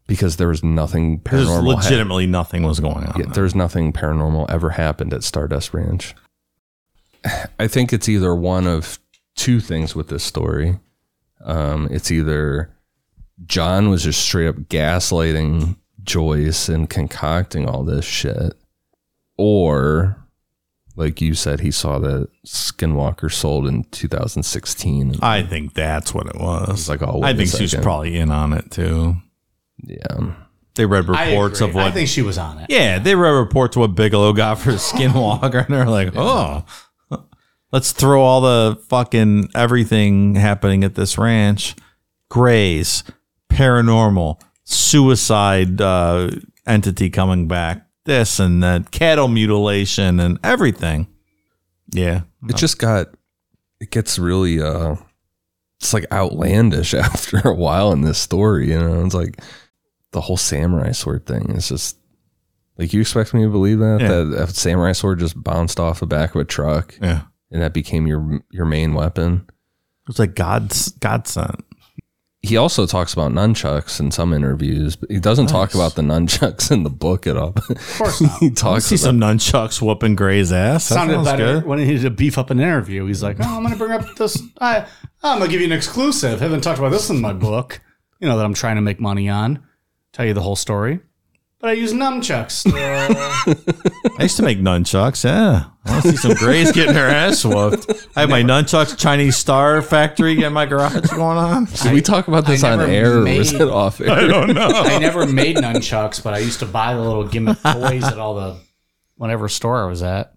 B: because there was nothing
C: There's
B: paranormal. hap-
C: legitimately nothing was going on.
B: yeah,
C: there.
B: there's nothing paranormal ever happened at Stardust Ranch. I think it's either one of two things with this story. Um, it's either John was just straight up gaslighting Joyce and concocting all this shit, or like you said, he saw the Skinwalker sold in 2016.
C: I think that's what it was.
B: It's like, oh, wait
C: I
B: a
C: think she was
B: second.
C: probably in on it too.
B: yeah,
C: They read reports
A: I
C: of
A: agree.
C: what.
A: I think she was on it.
C: yeah, they read reports of what Bigelow got for Skinwalker, and they're like, oh, let's throw all the fucking everything happening at this ranch, Grays, paranormal, suicide uh, entity coming back, this and that, cattle mutilation and everything. Yeah,
B: it just got it gets really uh it's like outlandish after a while in this story you know it's like the whole samurai sword thing is just like you expect me to believe that
C: Yeah.
B: that that samurai sword just bounced off the back of a truck
C: yeah.
B: and that became your your main weapon
C: It was like God's God sent.
B: he also talks about nunchucks in some interviews but he doesn't talk about the nunchucks in the book at all of course he
C: I
B: talks
C: see
B: about
C: some nunchucks whooping Gray's ass. That
A: Sounded
C: sounds
A: better
C: good.
A: when he needed to beef up an interview. He's like, "Oh, I'm going to bring up this. I, I'm going to give you an exclusive. Haven't talked about this in my book. You know that I'm trying to make money on. Tell you the whole story, but I use nunchucks.
C: I used to make nunchucks. Yeah, I want to see some Grace getting her ass whooped. I have my nunchucks Chinese Star Factory in my garage going on.
B: did we talk about this
A: I
B: on
A: never
B: air or was
A: made-
B: it off air
A: I never made nunchucks, but I used to buy the little gimmick toys at all the whatever store I was at.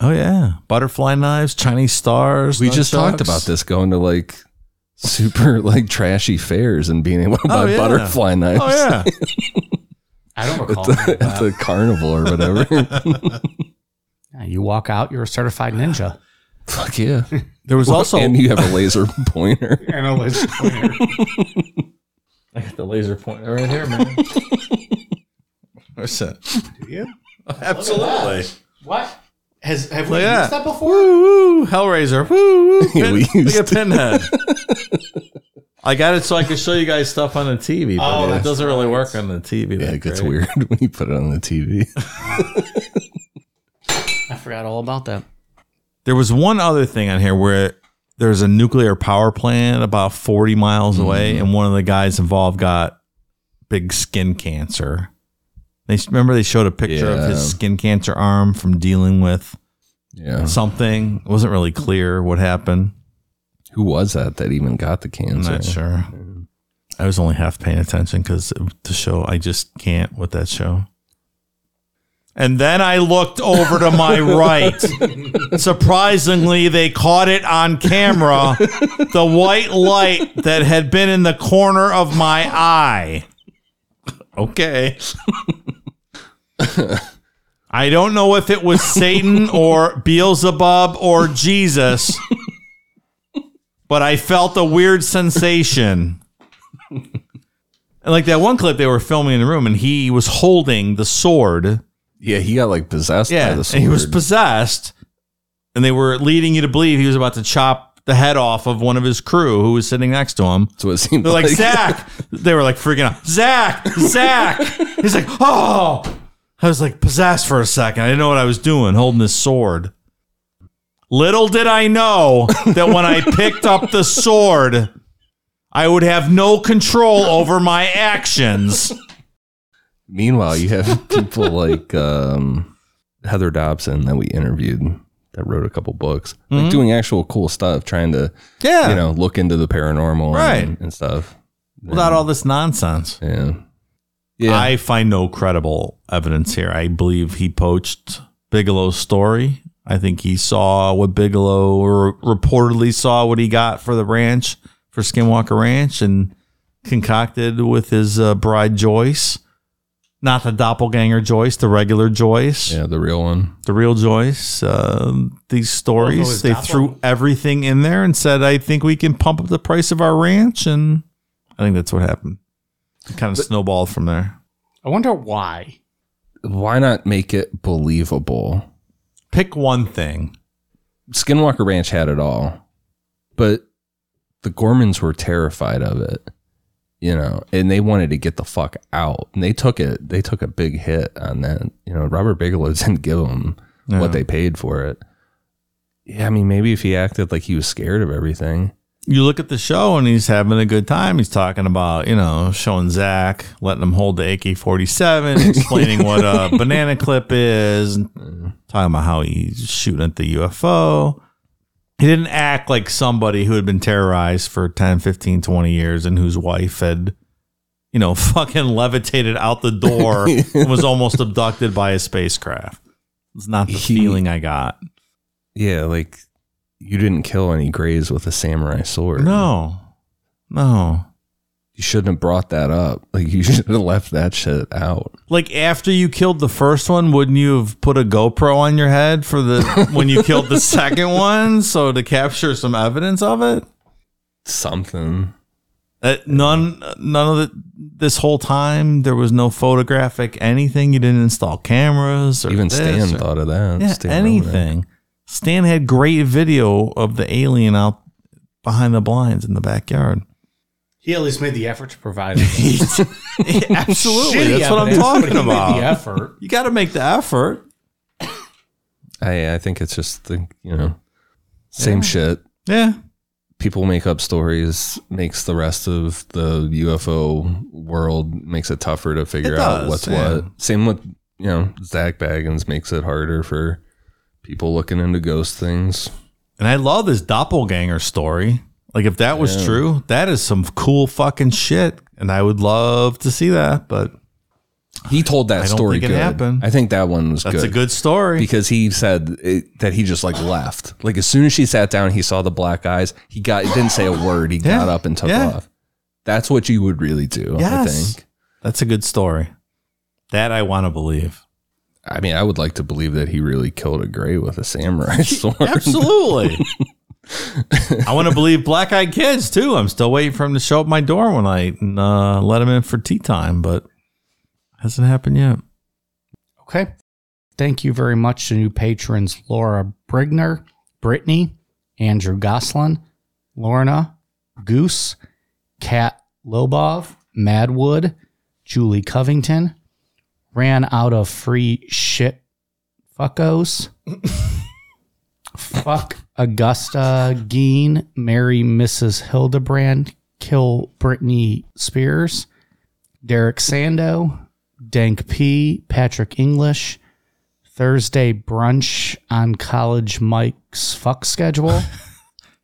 C: Oh yeah, butterfly knives, Chinese stars.
B: We just talked
C: nunchucks.
B: about this going to like super like trashy fairs and being able to buy
C: yeah.
B: butterfly knives
C: Oh yeah,
A: I don't
B: at,
A: recall.
B: the,
A: that.
B: at the carnival or whatever.
A: Yeah, you walk out, you're a certified ninja.
B: Fuck yeah!
C: there was also
B: and you have a laser pointer.
A: And a laser pointer.
H: I got the laser pointer right here, man.
C: What's that?
A: you?
C: Absolutely.
A: What? Has have we
C: Look at
A: used
C: that.
A: that before?
C: Woo woo, Hellraiser. Woo woo.
B: Yeah,
C: Pin,
B: we
C: look
B: used
C: at Pinhead.
H: I got it so I could show you guys stuff on the TV, but
A: Oh,
H: it
A: that's
H: doesn't really work on the TV.
B: Yeah,
H: that
B: it gets
H: great.
B: weird when you put it on the TV.
A: I forgot all about that.
C: There was one other thing on here where there's a nuclear power plant about 40 miles
B: Mm-hmm.
C: away, and one of the guys involved got big skin cancer. They remember they showed a picture of
B: Yeah.
C: his skin cancer arm from dealing with
B: Yeah,
C: something. It wasn't really clear what happened.
B: who was that that even got the
C: I'm
B: cancer?
C: not sure. I was only half paying attention because the show I just can't with that show. And then I looked over to my right. Surprisingly, they caught it on camera. The white light that had been in the corner of my eye. Okay. I don't know if it was Satan or Beelzebub or Jesus but I felt a weird sensation. and like that one clip they were filming in the room, and he was holding the sword.
B: Yeah, he got like possessed by
C: Yeah,
B: the
C: and
B: sword.
C: he was possessed, and they were leading you to believe he was about to chop the head off of one of his crew who was sitting next to him.
B: so it seemed
C: They're
B: like,
C: like, Zach. they were like freaking out. Zach, Zach. He's like, oh. I was like possessed for a second. I didn't know what I was doing holding this sword. Little did I know that when I picked up the sword, I would have no control over my actions.
B: Meanwhile, you have people like um, Heather Dobson that we interviewed that wrote a couple books,
C: Mm-hmm.
B: like doing actual cool stuff, trying to
C: Yeah.
B: you know look into the paranormal
C: Right.
B: and, and stuff.
C: Without all this nonsense.
B: Yeah, yeah.
C: I find no credible evidence here. I believe he poached Bigelow's story. I think he saw what Bigelow or reportedly saw what he got for the ranch for Skinwalker Ranch and concocted with his uh, bride Joyce, not the doppelganger Joyce, the regular Joyce,
B: yeah, the real one.
C: the real Joyce. Uh, these stories
A: his
C: they
A: doppel-
C: threw everything in there and said, "I think we can pump up the price of our ranch," and I think that's what happened. It kind of snowballed from there.
A: I wonder why.
B: Why not make it believable?
C: Pick one thing.
B: Skinwalker Ranch had it all, but the Gormans were terrified of it, you know, and they wanted to get the fuck out. And they took it. They took a big hit on that. You know, Robert Bigelow didn't give them
C: Yeah.
B: what they paid for it. Yeah, I mean, maybe if he acted like he was scared of everything,
C: You look at the show and he's having a good time. He's talking about, you know, showing Zach, letting him hold the AK 47, explaining what a banana clip is,
B: Mm.
C: talking about how he's shooting at the UFO. He didn't act like somebody who had been terrorized for 10, 15, 20 years and whose wife had, you know, fucking levitated out the door and was almost abducted by a spacecraft. It's not the
B: He-
C: feeling I got.
B: yeah, like you didn't kill any Greys with a samurai sword.
C: No, no.
B: you shouldn't have brought that up. Like you should have left that shit out.
C: Like after you killed the first one, wouldn't you have put a GoPro on your head for the when you killed the second one, so to capture some evidence of it?
B: Something.
C: That none, none of the, this whole time there was no photographic anything. You didn't install cameras or
B: Even
C: this
B: Stan
C: or-
B: thought of that.
C: yeah,
B: Stan Romanek.
C: anything. Stan had great video of the alien out behind the blinds in the backyard.
A: He at least made the effort to provide. Absolutely,
C: Absolutely, that's what I'm talking
A: Made the
C: about.
A: effort.
C: You got to make the effort.
B: I I think it's just the you know same shit.
C: Yeah,
B: People make up stories, makes the rest of the UFO world makes it tougher to figure
C: It
B: out
C: does,
B: what's
C: yeah.
B: what. Same with you know Zach Baggins makes it harder for people looking into ghost things.
C: And I love this doppelganger story. Like if that was true, that is some cool fucking shit. And I would love to see that, but
B: He told that
C: I don't
B: story
C: think it
B: good.
C: happened.
B: I think that one was
C: that's
B: good.
C: a good story.
B: because he said it, that he just like left. Like as soon as she sat down, he saw the black eyes. He got he didn't say a word. He
C: Yeah,
B: got up and took
C: yeah.
B: off. That's what you would really do. I
C: Yes.
B: think.
C: that's a good story. That I want to believe.
B: I mean, I would like to believe that he really killed a gray with a samurai sword.
C: Absolutely. I want to believe Black Eyed Kids too. I'm still waiting for him to show up my door one night and uh, let him in for tea time, but hasn't happened yet.
A: Okay. Thank you very much to new patrons Laura Brigner, Brittany, Andrew Goslin, Lorna, Goose, Kat Lobov, Madwood, Julie Covington, ran out of free shit fuckos. Fuck Augusta Gein, marry Mrs. Hildebrand, kill Brittany Spears, Derek Sando, Dank P, Patrick English, Thursday brunch on College Mike's fuck schedule,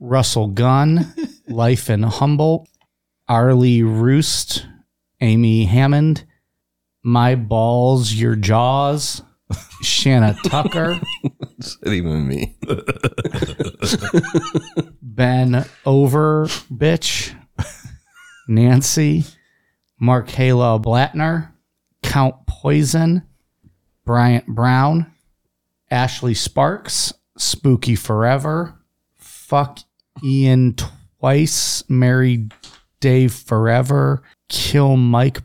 A: Russell Gunn, Life in Humboldt, Arlie Roost, Amy Hammond, My Balls, Your Jaws, Shanna Tucker,
B: Even me.
A: Ben Over Bitch, Nancy, Markayla Blattner, Count Poison, Bryant Brown, Ashley Sparks, Spooky Forever, Fuck Ian Twice, Mary Dave Forever, Kill Mike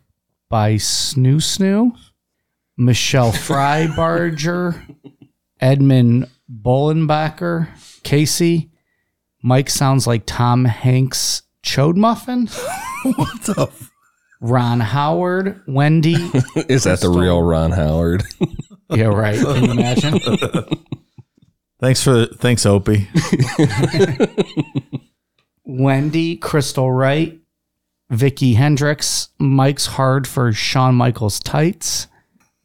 A: by Snoo Snoo, Michelle Freibarger, Edmund Bolenbacher, Casey, Mike sounds like Tom Hanks' chode muffin. Ron Howard, Wendy.
B: Is that the real Ron Howard?
A: yeah, right. Can you imagine?
C: Thanks for thanks, Opie.
A: Wendy, Crystal Wright, Vicky Hendricks, Mike's Hard for Shawn Michaels Tights,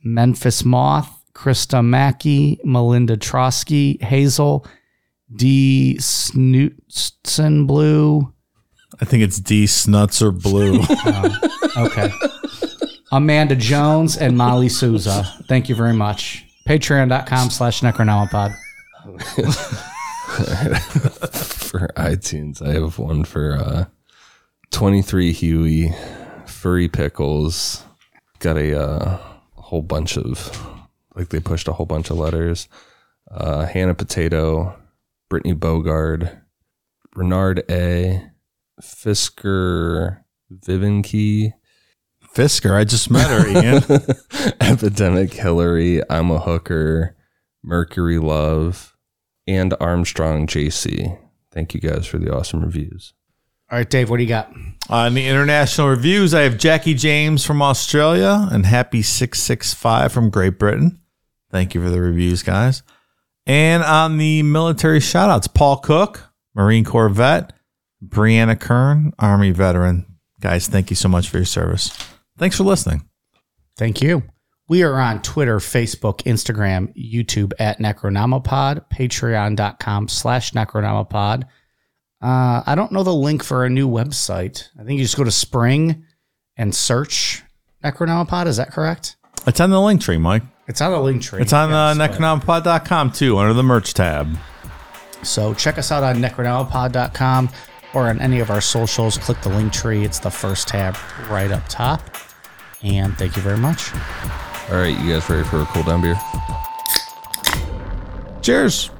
A: Memphis Moth, Krista Mackey, Melinda Trosky, Hazel, D. Snootson Blue.
C: I think it's D Snutzer Blue.
A: Okay. Amanda Jones and Molly Souza. Thank you very much. Patreon.com slash Necronomipod.
B: for iTunes, I have one for uh, 23 Huey, Furry Pickles. Got a uh, whole bunch of, like, they pushed a whole bunch of letters. Uh, Hannah Potato, Brittany Bogard, Renard A, Fisker Vivenke,
C: Fisker, I just met her, Ian.
B: Epidemic Hillary, I'm a Hooker, Mercury Love, and Armstrong JC. Thank you guys for the awesome reviews.
A: All right, Dave, what do you got?
C: On Uh, the international reviews, I have Jackie James from Australia and Happy 665 from Great Britain. Thank you for the reviews, guys. And on the military shout outs, Paul Cook, Marine Corps vet, Brianna Kern, Army veteran. Guys, thank you so much for your service. Thanks for listening.
A: Thank you. We are on Twitter, Facebook, Instagram, YouTube at Necronomopod, patreon.com slash Necronomopod. Uh, I don't know the link for a new website. I think you just go to Spring and search Necronomopod. Is that correct?
C: It's on the link tree, Mike.
A: It's on the link tree.
C: It's on
A: Yes,
C: uh,
A: but-
C: necronompod.com too, under the merch tab.
A: So check us out on necronomopod.com or on any of our socials. Click the link tree. It's the first tab right up top. And thank you very much.
B: All right, you guys ready for a cool down beer?
C: Cheers.